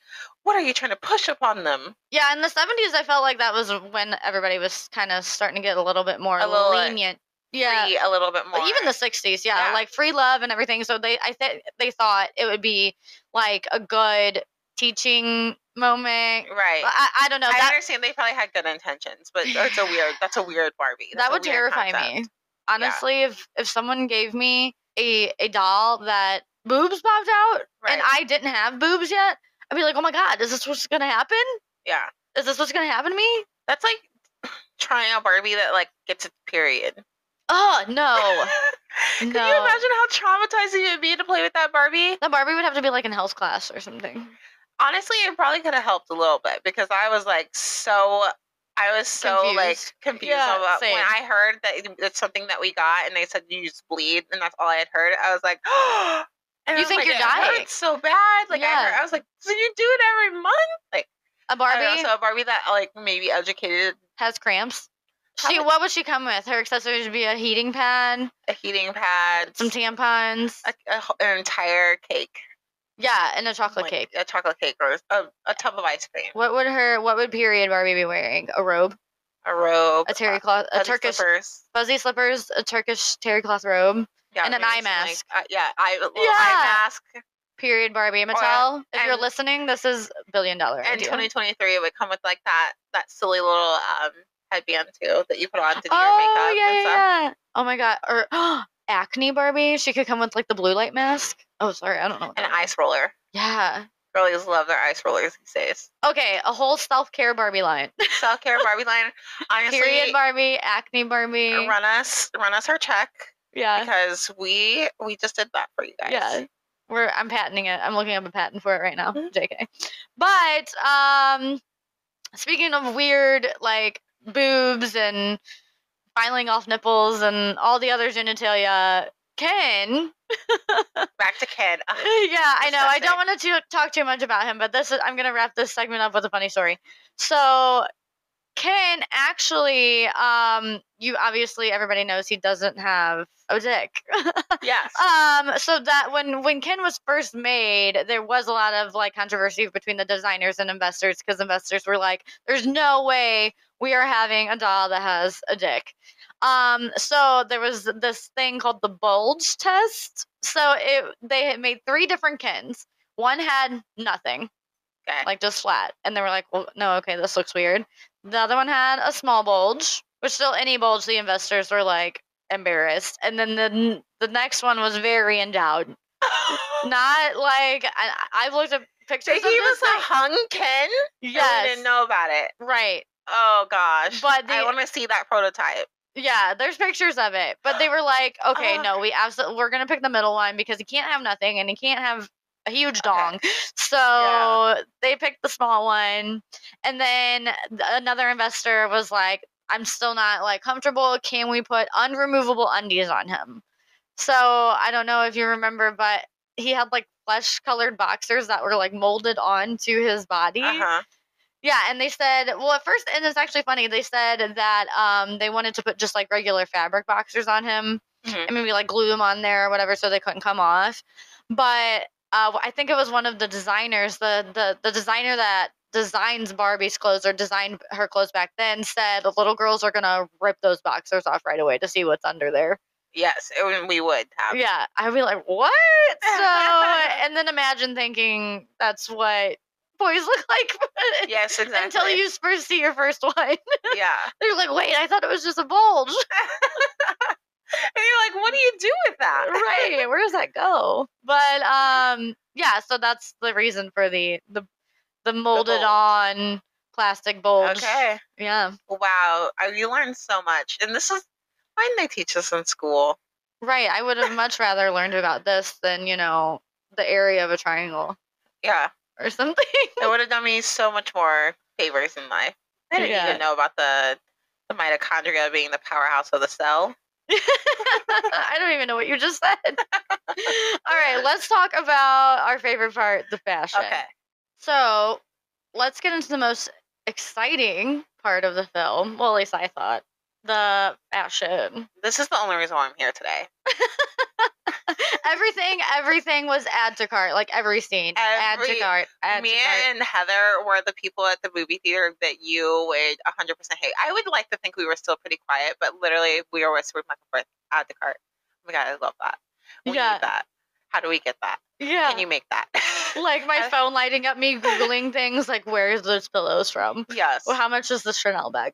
[SPEAKER 2] What are you trying to push upon them?"
[SPEAKER 1] Yeah, in the 70s, I felt like that was when everybody was kind of starting to get a little bit more
[SPEAKER 2] A little, like,
[SPEAKER 1] lenient. yeah.
[SPEAKER 2] Be a little bit more.
[SPEAKER 1] But even the 60s, yeah,
[SPEAKER 2] Yeah.
[SPEAKER 1] like free love and everything. So they, I think they thought it would be like a good teaching moment.
[SPEAKER 2] right.
[SPEAKER 1] I, I don't know.
[SPEAKER 2] I
[SPEAKER 1] that
[SPEAKER 2] understand they probably had good intentions, but it's a weird. That's a weird Barbie. That's
[SPEAKER 1] that
[SPEAKER 2] a
[SPEAKER 1] would
[SPEAKER 2] weird
[SPEAKER 1] terrify
[SPEAKER 2] concept.
[SPEAKER 1] me. Honestly, if if someone gave me a a doll that boobs popped out and
[SPEAKER 2] Right.
[SPEAKER 1] I didn't have boobs yet, I'd be like, oh my god, is this what's gonna happen?
[SPEAKER 2] Yeah,
[SPEAKER 1] Is this what's gonna happen to me?
[SPEAKER 2] that's like trying a Barbie that like gets its period.
[SPEAKER 1] Oh no,
[SPEAKER 2] Can
[SPEAKER 1] no.
[SPEAKER 2] you imagine how traumatizing it would be to play with that Barbie?
[SPEAKER 1] That Barbie would have to be like in health class or something. Uh,
[SPEAKER 2] honestly, it probably could have helped a little bit because I was like so. I was so like
[SPEAKER 1] Confused.
[SPEAKER 2] confused
[SPEAKER 1] Yeah,
[SPEAKER 2] about
[SPEAKER 1] same.
[SPEAKER 2] when I heard that it- it's something that we got, and they said you just bleed, and that's all I had heard. I was like, and
[SPEAKER 1] You
[SPEAKER 2] I'm
[SPEAKER 1] think
[SPEAKER 2] like,
[SPEAKER 1] you're
[SPEAKER 2] "It
[SPEAKER 1] dying."
[SPEAKER 2] hurts so bad? Like I,
[SPEAKER 1] Yeah.
[SPEAKER 2] heard, I was like, so you do it every month?
[SPEAKER 1] A
[SPEAKER 2] I
[SPEAKER 1] Barbie
[SPEAKER 2] don't know, Oh, so a Barbie that like maybe educated
[SPEAKER 1] has cramps. She
[SPEAKER 2] Probably-
[SPEAKER 1] what would she come with? Her accessories would be a heating pad,
[SPEAKER 2] a heating pad,
[SPEAKER 1] some tampons,
[SPEAKER 2] a, a ho- an entire cake,
[SPEAKER 1] yeah, and a chocolate
[SPEAKER 2] like,
[SPEAKER 1] cake.
[SPEAKER 2] a chocolate cake, or a, a tub of ice cream,
[SPEAKER 1] What would her what would period Barbie be wearing? A robe,
[SPEAKER 2] a robe,
[SPEAKER 1] a terry cloth, a
[SPEAKER 2] fuzzy
[SPEAKER 1] Turkish
[SPEAKER 2] slippers.
[SPEAKER 1] fuzzy slippers, a Turkish terry cloth robe.
[SPEAKER 2] Yeah,
[SPEAKER 1] And an
[SPEAKER 2] maybe
[SPEAKER 1] eye
[SPEAKER 2] some, like,
[SPEAKER 1] mask.
[SPEAKER 2] uh, yeah, eye, a little
[SPEAKER 1] Yeah.
[SPEAKER 2] eye mask.
[SPEAKER 1] Period Barbie Mattel. if you're
[SPEAKER 2] Oh, and-
[SPEAKER 1] listening, this is billion dollar
[SPEAKER 2] And
[SPEAKER 1] idea.
[SPEAKER 2] 2023 it would come with like that that silly little um headband too that you put on to do
[SPEAKER 1] oh
[SPEAKER 2] your makeup
[SPEAKER 1] yeah,
[SPEAKER 2] and
[SPEAKER 1] yeah,
[SPEAKER 2] stuff.
[SPEAKER 1] yeah. Oh my god. Or acne Barbie. She could come with like the blue light mask. Oh sorry, I don't know. What
[SPEAKER 2] And
[SPEAKER 1] that
[SPEAKER 2] an
[SPEAKER 1] is.
[SPEAKER 2] ice roller.
[SPEAKER 1] Yeah.
[SPEAKER 2] Girlies love their ice rollers these days.
[SPEAKER 1] Okay, a whole self care Barbie line.
[SPEAKER 2] Self care Barbie line. Honestly,
[SPEAKER 1] Period Barbie, acne Barbie.
[SPEAKER 2] run us run us our check
[SPEAKER 1] Yeah.
[SPEAKER 2] because we we just did that for you guys.
[SPEAKER 1] Yeah. We're I'm patenting it. I'm looking up a patent for it right
[SPEAKER 2] Mm-hmm.
[SPEAKER 1] now. JK. But um speaking of weird like boobs and filing off nipples and all the other genitalia, Ken.
[SPEAKER 2] Back to Ken. Ugh,
[SPEAKER 1] yeah, I know. I don't
[SPEAKER 2] Disgusting.
[SPEAKER 1] want to talk too much about him, but this is I'm gonna wrap this segment up with a funny story. So Ken actually, um, you obviously everybody knows he doesn't have a dick.
[SPEAKER 2] yes.
[SPEAKER 1] Um, so that when when Ken was first made, there was a lot of like controversy between the designers and investors because investors were like, "There's no way we are having a doll that has a dick." Um, so there was this thing called the bulge test. So it they had made three different Kens. One had nothing
[SPEAKER 2] okay.
[SPEAKER 1] like just flat. And they were like, well, no, okay, this looks weird. The other one had a small bulge, which still any bulge, the investors were like embarrassed. And then the n- the next one was very endowed. Not like I, I've looked at
[SPEAKER 2] so
[SPEAKER 1] pictures
[SPEAKER 2] he
[SPEAKER 1] of this.
[SPEAKER 2] was a hung Ken.
[SPEAKER 1] thing.
[SPEAKER 2] Yeah. We didn't
[SPEAKER 1] yes,
[SPEAKER 2] know about it.
[SPEAKER 1] right.
[SPEAKER 2] Oh gosh.
[SPEAKER 1] But
[SPEAKER 2] I
[SPEAKER 1] the-
[SPEAKER 2] want to see that prototype.
[SPEAKER 1] Yeah, there's pictures of it, but they were like, okay,
[SPEAKER 2] Ugh.
[SPEAKER 1] no, we absolutely we're gonna pick the middle one because he can't have nothing and he can't have a huge dong. So
[SPEAKER 2] Yeah.
[SPEAKER 1] they picked the small one, and then th- another investor was like, "I'm still not like comfortable. Can we put unremovable undies on him?" So I don't know if you remember, but he had like flesh-colored boxers that were like molded onto his body.
[SPEAKER 2] Uh huh.
[SPEAKER 1] Yeah, and they said, well, at first, and it's actually funny. They said that um, they wanted to put just like regular fabric boxers on him,
[SPEAKER 2] Mhm.
[SPEAKER 1] and maybe like glue them on there or whatever, so they couldn't come off. But uh, I think it was one of the designers, the the the designer that designs Barbie's clothes or designed her clothes back then, said the little girls are gonna rip those boxers off right away to see what's under there.
[SPEAKER 2] Yes, it, would- we would have.
[SPEAKER 1] Yeah, I'd be like, what? So, and then imagine thinking that's what boys look like
[SPEAKER 2] Yes, exactly.
[SPEAKER 1] until you first see your first one.
[SPEAKER 2] yeah.
[SPEAKER 1] They're like, wait, I thought it was just a bulge.
[SPEAKER 2] And you're like, what do you do with that?
[SPEAKER 1] right. Where does that go? But um, yeah. So that's the reason for the the the molded
[SPEAKER 2] bulge.
[SPEAKER 1] on plastic bulge.
[SPEAKER 2] Okay.
[SPEAKER 1] Yeah.
[SPEAKER 2] Wow. I- You learn so much. And this is why didn't they teach this in school?
[SPEAKER 1] Right. I would have much rather learned about this than you know the area of a triangle
[SPEAKER 2] Yeah.
[SPEAKER 1] or something.
[SPEAKER 2] It would have done me so much more favors in life. I didn't
[SPEAKER 1] Yeah.
[SPEAKER 2] even know about the the mitochondria being the powerhouse of the cell.
[SPEAKER 1] I don't even know what you just said. All right, let's talk about our favorite part, the fashion.
[SPEAKER 2] Okay.
[SPEAKER 1] So let's get into the most exciting part of the film. Well, at least I thought the fashion.
[SPEAKER 2] This is the only reason why I'm here today.
[SPEAKER 1] Everything, everything was add to cart. Like every scene, add to
[SPEAKER 2] Every-
[SPEAKER 1] cart, add
[SPEAKER 2] Me
[SPEAKER 1] to cart.
[SPEAKER 2] and Heather were the people at the movie theater that you would 100% hate. I would like to think we were still pretty quiet, but literally we were whispering back and forth, add the cart. Oh my God, I love that. We
[SPEAKER 1] Yeah.
[SPEAKER 2] need that. How do we get that?
[SPEAKER 1] Yeah.
[SPEAKER 2] Can you make that?
[SPEAKER 1] like my
[SPEAKER 2] I-
[SPEAKER 1] phone lighting up, me googling things like where is those pillows from?
[SPEAKER 2] yes.
[SPEAKER 1] Well, how much is the Chanel bag?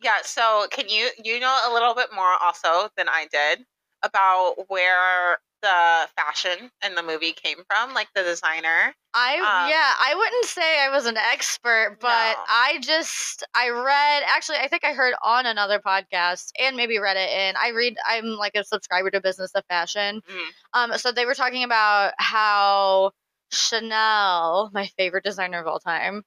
[SPEAKER 2] Yeah, so can you you know a little bit more also than I did about where the fashion in the movie came from, like the designer?
[SPEAKER 1] I
[SPEAKER 2] Um,
[SPEAKER 1] yeah, I wouldn't say I was an expert, but
[SPEAKER 2] No.
[SPEAKER 1] I just I read actually I think I heard on another podcast and maybe read it in. I read I'm like a subscriber to Business of Fashion.
[SPEAKER 2] Mm.
[SPEAKER 1] Um so they were talking about how Chanel, my favorite designer of all time,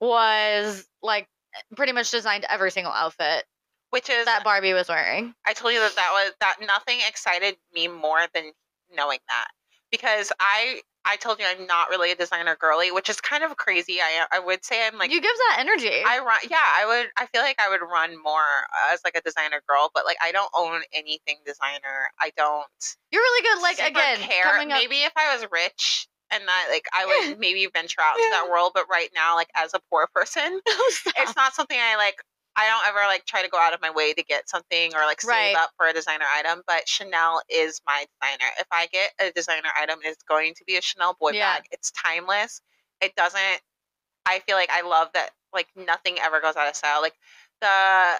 [SPEAKER 1] was like pretty much designed every single outfit
[SPEAKER 2] Which is
[SPEAKER 1] that Barbie was wearing.
[SPEAKER 2] I told you that that was that nothing excited me more than knowing that because I I told you I'm not really a designer girly, which is kind of crazy. I I would say I'm like
[SPEAKER 1] you give that energy.
[SPEAKER 2] I run yeah I would I feel like I would run more as like a designer girl, but like I don't own anything designer. I don't
[SPEAKER 1] You're really good like
[SPEAKER 2] super
[SPEAKER 1] again
[SPEAKER 2] care.
[SPEAKER 1] coming up
[SPEAKER 2] maybe if I was rich and that like I would
[SPEAKER 1] Yeah.
[SPEAKER 2] maybe venture out to
[SPEAKER 1] Yeah.
[SPEAKER 2] that world, but right now like as a poor person, it's not something I like. I don't ever like try to go out of my way to get something or like save
[SPEAKER 1] Right.
[SPEAKER 2] up for a designer item, but Chanel is my designer. If I get a designer item, it's going to be a Chanel boy
[SPEAKER 1] Yeah.
[SPEAKER 2] bag. It's timeless. It doesn't. I feel like I love that. Like nothing ever goes out of style. Like the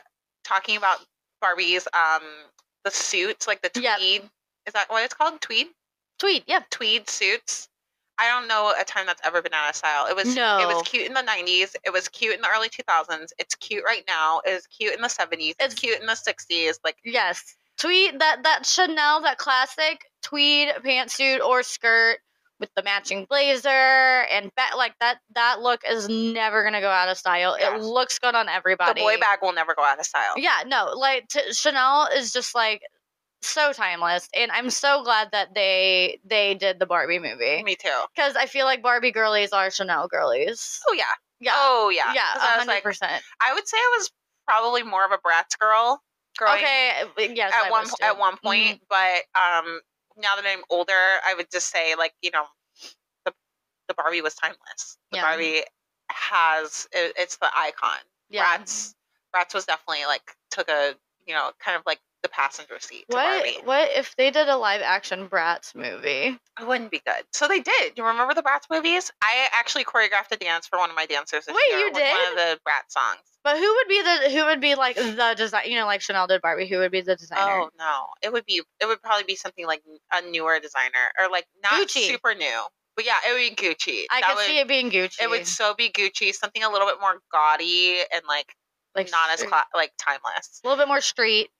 [SPEAKER 2] talking about Barbie's um the suits, like the tweed.
[SPEAKER 1] Yep.
[SPEAKER 2] Is that what it's called? Tweed
[SPEAKER 1] tweet. Yeah.
[SPEAKER 2] tweed suits. I don't know a time that's ever been out of style. It was it
[SPEAKER 1] No.
[SPEAKER 2] was cute in the '90s. It was cute in the early 2000s. It's cute right now. It was cute in the '70s. It's,
[SPEAKER 1] It's-
[SPEAKER 2] cute in the '60s. Like
[SPEAKER 1] Yes. Tweed that that Chanel that classic tweed pantsuit or skirt with the matching blazer and ba- like that that look is never gonna go out of style.
[SPEAKER 2] Yeah.
[SPEAKER 1] It looks good on everybody.
[SPEAKER 2] the boy bag will never go out of style.
[SPEAKER 1] Yeah, no, like t- Chanel is just like so timeless, and I'm so glad that they they did the Barbie movie
[SPEAKER 2] Me too.
[SPEAKER 1] because I feel like Barbie girlies are Chanel girlies.
[SPEAKER 2] Oh yeah.
[SPEAKER 1] Yeah,
[SPEAKER 2] Oh yeah.
[SPEAKER 1] yeah,
[SPEAKER 2] 'Cause I was
[SPEAKER 1] hundred
[SPEAKER 2] like,
[SPEAKER 1] percent.
[SPEAKER 2] I would say I was probably more of a Bratz girl growing
[SPEAKER 1] Okay, uh, yes,
[SPEAKER 2] at
[SPEAKER 1] I
[SPEAKER 2] one
[SPEAKER 1] was Mm-hmm.
[SPEAKER 2] po-
[SPEAKER 1] too.
[SPEAKER 2] at one point, but um, now that I'm older, I would just say like you know, the the Barbie was timeless. The
[SPEAKER 1] Yeah.
[SPEAKER 2] Barbie has it, it's the icon.
[SPEAKER 1] Yeah.
[SPEAKER 2] Bratz Bratz was definitely like took a you know kind of like the passenger seat to
[SPEAKER 1] What
[SPEAKER 2] Barbie.
[SPEAKER 1] what if they did a live action Bratz movie?
[SPEAKER 2] It wouldn't be good. So they did. You remember the Bratz movies? I actually choreographed a dance for one of my dancers this
[SPEAKER 1] Wait,
[SPEAKER 2] year
[SPEAKER 1] you
[SPEAKER 2] with one of the Bratz songs.
[SPEAKER 1] But who would be the who would be like the design? You know, like Chanel did Barbie. Who would be the designer?
[SPEAKER 2] Oh no, it would be it would probably be something like a newer designer or like not
[SPEAKER 1] Gucci.
[SPEAKER 2] super new, but yeah, it would be Gucci.
[SPEAKER 1] I
[SPEAKER 2] That
[SPEAKER 1] could
[SPEAKER 2] would,
[SPEAKER 1] see it being Gucci.
[SPEAKER 2] It would so be Gucci, something a little bit more gaudy and like, not as
[SPEAKER 1] street-
[SPEAKER 2] cla- like timeless.
[SPEAKER 1] a little bit more street.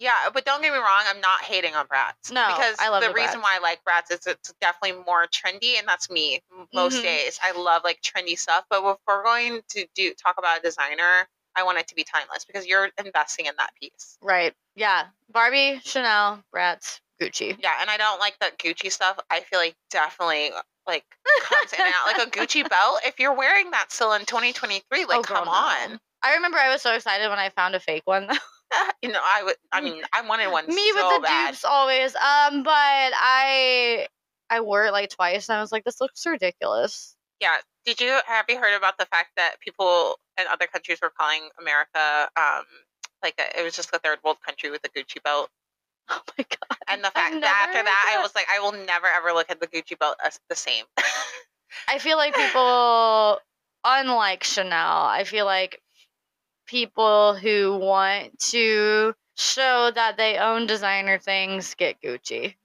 [SPEAKER 2] Yeah, but don't get me wrong, I'm not hating on Bratz.
[SPEAKER 1] No,
[SPEAKER 2] because
[SPEAKER 1] I love
[SPEAKER 2] the
[SPEAKER 1] the
[SPEAKER 2] reason
[SPEAKER 1] Bratz.
[SPEAKER 2] why I like Bratz is it's definitely more trendy, and that's me m- most
[SPEAKER 1] Mhm.
[SPEAKER 2] days. I love like trendy stuff, but if we're going to do talk about a designer, I want it to be timeless because you're investing in that piece.
[SPEAKER 1] Right. Yeah. Barbie, Chanel, Bratz, Gucci.
[SPEAKER 2] Yeah, and I don't like that Gucci stuff. I feel like definitely like comes in and out like a Gucci belt. If you're wearing that still in 2023, like
[SPEAKER 1] Oh, girl,
[SPEAKER 2] come
[SPEAKER 1] no.
[SPEAKER 2] on.
[SPEAKER 1] I remember I was so excited when I found a fake one.
[SPEAKER 2] you know, I would. I mean, I wanted one
[SPEAKER 1] Me
[SPEAKER 2] so
[SPEAKER 1] with the
[SPEAKER 2] bad.
[SPEAKER 1] dupes always. Um, but I I wore it like twice, and I was like, this looks ridiculous.
[SPEAKER 2] Yeah. Did you have you heard about the fact that people in other countries were calling America um like a, it was just a third world country with a Gucci belt?
[SPEAKER 1] Oh my god.
[SPEAKER 2] And the fact
[SPEAKER 1] never
[SPEAKER 2] that after
[SPEAKER 1] heard
[SPEAKER 2] that, I
[SPEAKER 1] that.
[SPEAKER 2] was like, I will never ever look at the Gucci belt as the same.
[SPEAKER 1] I feel like people, unlike Chanel, I feel like people who want to show that they own designer things get Gucci.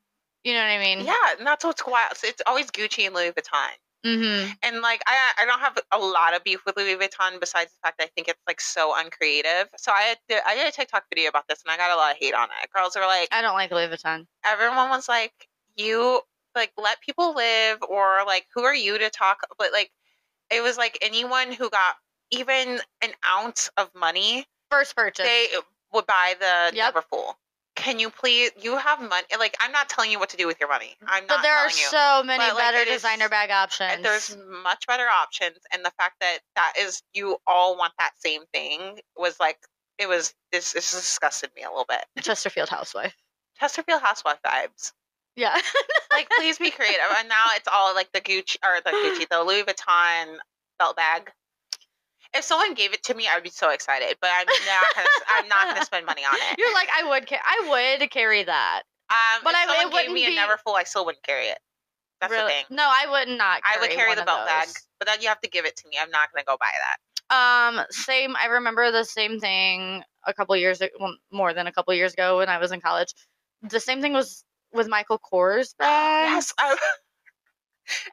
[SPEAKER 1] You know what I mean?
[SPEAKER 2] Yeah, and that's what's wild. So It's always Gucci and Louis Vuitton.
[SPEAKER 1] Mm-hmm.
[SPEAKER 2] And like I I don't have a lot of beef with Louis Vuitton besides the fact I think it's like so uncreative. So I had to, I did a TikTok video about this and I got a lot of hate on it. Girls were like,
[SPEAKER 1] I don't like Louis Vuitton.
[SPEAKER 2] everyone was like, you like let people live or like who are you to talk but like it was like anyone who got even an ounce of money
[SPEAKER 1] First purchase.
[SPEAKER 2] they would buy the
[SPEAKER 1] Yep.
[SPEAKER 2] Neverfull. Can you please? You have money. Like I'm not telling you what to do with your money. I'm
[SPEAKER 1] Mm-hmm. but
[SPEAKER 2] not
[SPEAKER 1] there are
[SPEAKER 2] telling you.
[SPEAKER 1] so many
[SPEAKER 2] But, like,
[SPEAKER 1] better
[SPEAKER 2] it is-
[SPEAKER 1] designer bag options.
[SPEAKER 2] And There's much better options, and the fact that that is you all want that same thing was like it was. This this disgusted me a little bit.
[SPEAKER 1] Chesterfield Housewife.
[SPEAKER 2] Chesterfield Housewife vibes.
[SPEAKER 1] Yeah.
[SPEAKER 2] Like please be creative. And now it's all like the Gucci or the Gucci, the Louis Vuitton belt bag. If someone gave it to me, I'd be so excited. But I'm not. Gonna, I'm not going to spend money on it.
[SPEAKER 1] You're like I would. Ca- I would carry that.
[SPEAKER 2] Um,
[SPEAKER 1] But
[SPEAKER 2] if
[SPEAKER 1] I- it
[SPEAKER 2] someone gave
[SPEAKER 1] wouldn't
[SPEAKER 2] me
[SPEAKER 1] be-
[SPEAKER 2] a Neverfull, I still wouldn't carry it. That's the
[SPEAKER 1] Really-
[SPEAKER 2] thing.
[SPEAKER 1] No, I would not. Carry
[SPEAKER 2] I would carry
[SPEAKER 1] one
[SPEAKER 2] the
[SPEAKER 1] of
[SPEAKER 2] belt bag,
[SPEAKER 1] those.
[SPEAKER 2] but then you have to give it to me. I'm not gonna go buy that.
[SPEAKER 1] Um, same. I remember the same thing a couple years, ag- well, more than a couple years ago when I was in college. The same thing was with Michael Kors bag.
[SPEAKER 2] Yes. I,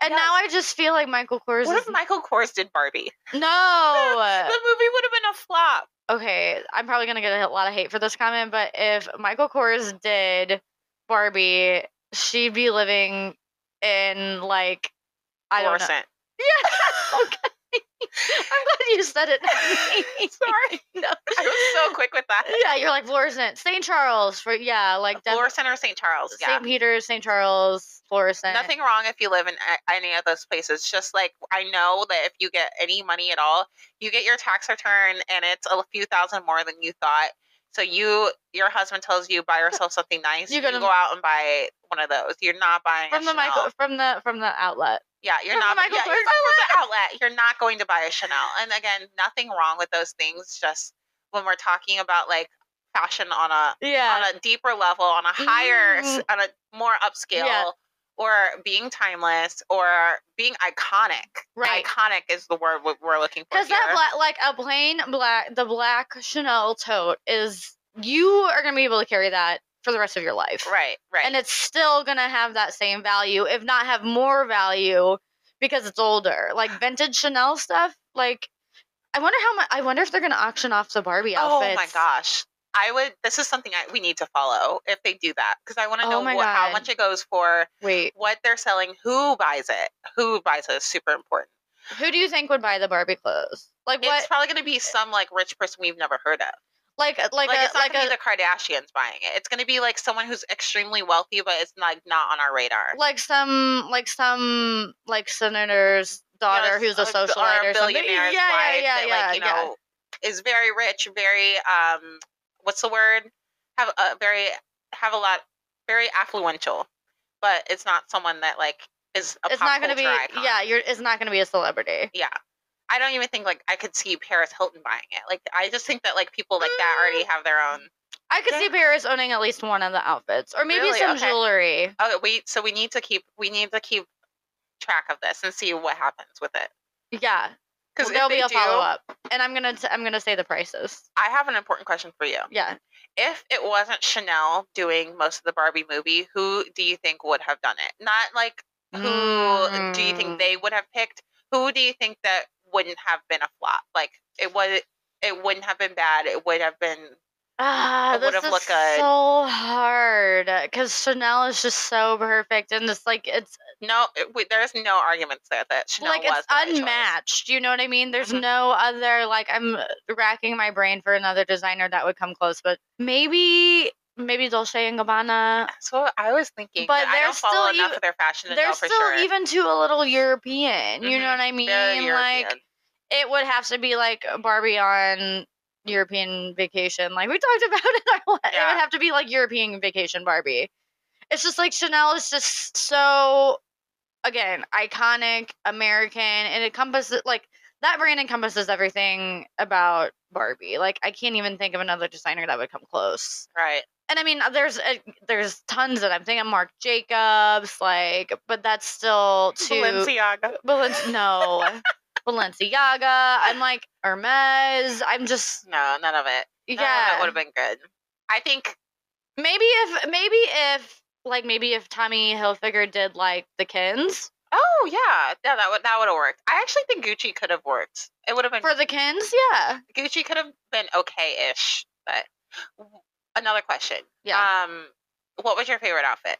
[SPEAKER 1] And now I just feel like Michael Kors.
[SPEAKER 2] what
[SPEAKER 1] is, Uh,
[SPEAKER 2] if Michael Kors did Barbie? the
[SPEAKER 1] no.
[SPEAKER 2] movie would have been a flop.
[SPEAKER 1] okay, I'm probably gonna get a lot of hate for this comment, but if Michael Kors did Barbie, she'd be living in like I don't know.
[SPEAKER 2] Fluorescent.
[SPEAKER 1] Yeah. okay. I'm glad you said it. not me.
[SPEAKER 2] Sorry.
[SPEAKER 1] No.
[SPEAKER 2] I was so quick with that.
[SPEAKER 1] yeah, you're like fluorescent. St. Charles for yeah, like Denver,
[SPEAKER 2] Florissant or St. Charles. Yeah.
[SPEAKER 1] St. Peter's, St. Charles, fluorescent.
[SPEAKER 2] Nothing wrong if you live in a- any of those places. Just like I know that if you get any money at all, you get your tax return and it's a few thousand more than you thought. So you, your husband tells you buy yourself something nice.
[SPEAKER 1] You're
[SPEAKER 2] You,
[SPEAKER 1] gonna-
[SPEAKER 2] go out and buy one of those. You're not buying
[SPEAKER 1] from
[SPEAKER 2] a
[SPEAKER 1] the
[SPEAKER 2] Chanel.
[SPEAKER 1] Michael from the from the outlet.
[SPEAKER 2] Yeah, you're
[SPEAKER 1] From the
[SPEAKER 2] not.
[SPEAKER 1] Michael
[SPEAKER 2] yeah,
[SPEAKER 1] Kors
[SPEAKER 2] you're not from the outlet. You're not going to buy a Chanel. And again, nothing wrong with those things. Just when we're talking about like fashion on a
[SPEAKER 1] Yeah.
[SPEAKER 2] on a deeper level, on a higher, s-
[SPEAKER 1] Mm.
[SPEAKER 2] on a more upscale,
[SPEAKER 1] Yeah.
[SPEAKER 2] or being timeless, or being iconic.
[SPEAKER 1] Right.
[SPEAKER 2] Iconic is the word we- we're looking for.
[SPEAKER 1] Because that
[SPEAKER 2] here.
[SPEAKER 1] black, like a plain black, the black Chanel tote is you are gonna be able to carry that for the rest of your life,
[SPEAKER 2] right, right,
[SPEAKER 1] And it's still gonna have that same value, if not have more value, because it's older. Like vintage Chanel stuff, like. I wonder how much. I wonder if they're gonna auction off the Barbie outfits.
[SPEAKER 2] Oh my gosh. I would. This is something I, we need to follow if they do that because I want to
[SPEAKER 1] Oh
[SPEAKER 2] know
[SPEAKER 1] my
[SPEAKER 2] what, how
[SPEAKER 1] God.
[SPEAKER 2] much it goes for,
[SPEAKER 1] Wait,
[SPEAKER 2] what they're selling, who buys it, who buys it is super important.
[SPEAKER 1] who do you think would buy the Barbie clothes? Like what?
[SPEAKER 2] It's probably going to be some like rich person we've never heard of.
[SPEAKER 1] like like
[SPEAKER 2] Like,
[SPEAKER 1] a,
[SPEAKER 2] it's not
[SPEAKER 1] like
[SPEAKER 2] going to
[SPEAKER 1] a
[SPEAKER 2] be the Kardashians buying it. It's going to be like someone who's extremely wealthy, but it's like not on our radar.
[SPEAKER 1] like some like some like senator's
[SPEAKER 2] You know,
[SPEAKER 1] daughter who's a
[SPEAKER 2] uh, or-
[SPEAKER 1] socialite
[SPEAKER 2] or
[SPEAKER 1] or,
[SPEAKER 2] a
[SPEAKER 1] something.
[SPEAKER 2] billionaire's wife that, like, you know, is very rich, very um, what's the word? Have a very have a lot, very affluential, but it's not someone that like is a
[SPEAKER 1] It's
[SPEAKER 2] pop
[SPEAKER 1] not gonna be
[SPEAKER 2] culture icon.
[SPEAKER 1] yeah. You're it's not gonna be a celebrity.
[SPEAKER 2] yeah. I don't even think like I could see Paris Hilton buying it. Like I just think that like people like that already
[SPEAKER 1] Mm.
[SPEAKER 2] have their own.
[SPEAKER 1] I could
[SPEAKER 2] Yeah.
[SPEAKER 1] see Paris owning at least one of the outfits, or maybe
[SPEAKER 2] Really?
[SPEAKER 1] some
[SPEAKER 2] Okay.
[SPEAKER 1] jewelry.
[SPEAKER 2] Oh wait, so we need to keep we need to keep track of this and see what happens with it.
[SPEAKER 1] Yeah,
[SPEAKER 2] Because
[SPEAKER 1] there'll be a follow up, and I'm gonna t- I'm gonna say the prices.
[SPEAKER 2] I have an important question for you.
[SPEAKER 1] Yeah,
[SPEAKER 2] If it wasn't Chanel doing most of the Barbie movie, who do you think would have done it? Not like who do you
[SPEAKER 1] Mm.
[SPEAKER 2] think they would have picked? Who do you think that wouldn't have been a flop? Like it was it wouldn't have been bad. It would have been
[SPEAKER 1] Ah,
[SPEAKER 2] It
[SPEAKER 1] this
[SPEAKER 2] would've
[SPEAKER 1] is
[SPEAKER 2] looked good.
[SPEAKER 1] so hard because Chanel is just so perfect, and it's like it's
[SPEAKER 2] no. It, we- there's no arguments there that Chanel
[SPEAKER 1] like
[SPEAKER 2] was
[SPEAKER 1] it's
[SPEAKER 2] the right choice.
[SPEAKER 1] unmatched. You know what I mean? There's
[SPEAKER 2] Mhm.
[SPEAKER 1] no other like I'm racking my brain for another designer that would come close, but maybe maybe Dolce and Gabbana.
[SPEAKER 2] That's what I was thinking.
[SPEAKER 1] But
[SPEAKER 2] But, I
[SPEAKER 1] they're
[SPEAKER 2] don't follow
[SPEAKER 1] still
[SPEAKER 2] enough
[SPEAKER 1] ev-
[SPEAKER 2] of their fashion to
[SPEAKER 1] They're
[SPEAKER 2] know for
[SPEAKER 1] still
[SPEAKER 2] sure.
[SPEAKER 1] even to a little European. You know
[SPEAKER 2] Mhm.
[SPEAKER 1] what I mean?
[SPEAKER 2] They're
[SPEAKER 1] Like
[SPEAKER 2] European.
[SPEAKER 1] it would have to be like Barbie on European vacation. Like we talked about it. I want- It
[SPEAKER 2] Yeah.
[SPEAKER 1] would have to be like European vacation Barbie. It's just like Chanel is just so again, iconic, American, and it encompasses like that brand encompasses everything about Barbie. Like I can't even think of another designer that would come close.
[SPEAKER 2] right.
[SPEAKER 1] and I mean, there's uh, there's tons that I'm thinking. Mark Jacobs, like, but that's still too.
[SPEAKER 2] Balenciaga.
[SPEAKER 1] Balen- no, Balenciaga. I'm like Hermes. I'm just
[SPEAKER 2] No, none of it. None of
[SPEAKER 1] yeah.
[SPEAKER 2] that would have been good. I think
[SPEAKER 1] maybe if maybe if like maybe if Tommy Hilfiger did like the Kins
[SPEAKER 2] Oh yeah, yeah, that would that would have worked. I actually think Gucci could have worked. It would have been
[SPEAKER 1] for the Kins, yeah,
[SPEAKER 2] Gucci could have been okay-ish, but another question.
[SPEAKER 1] yeah.
[SPEAKER 2] Um, what was your favorite outfit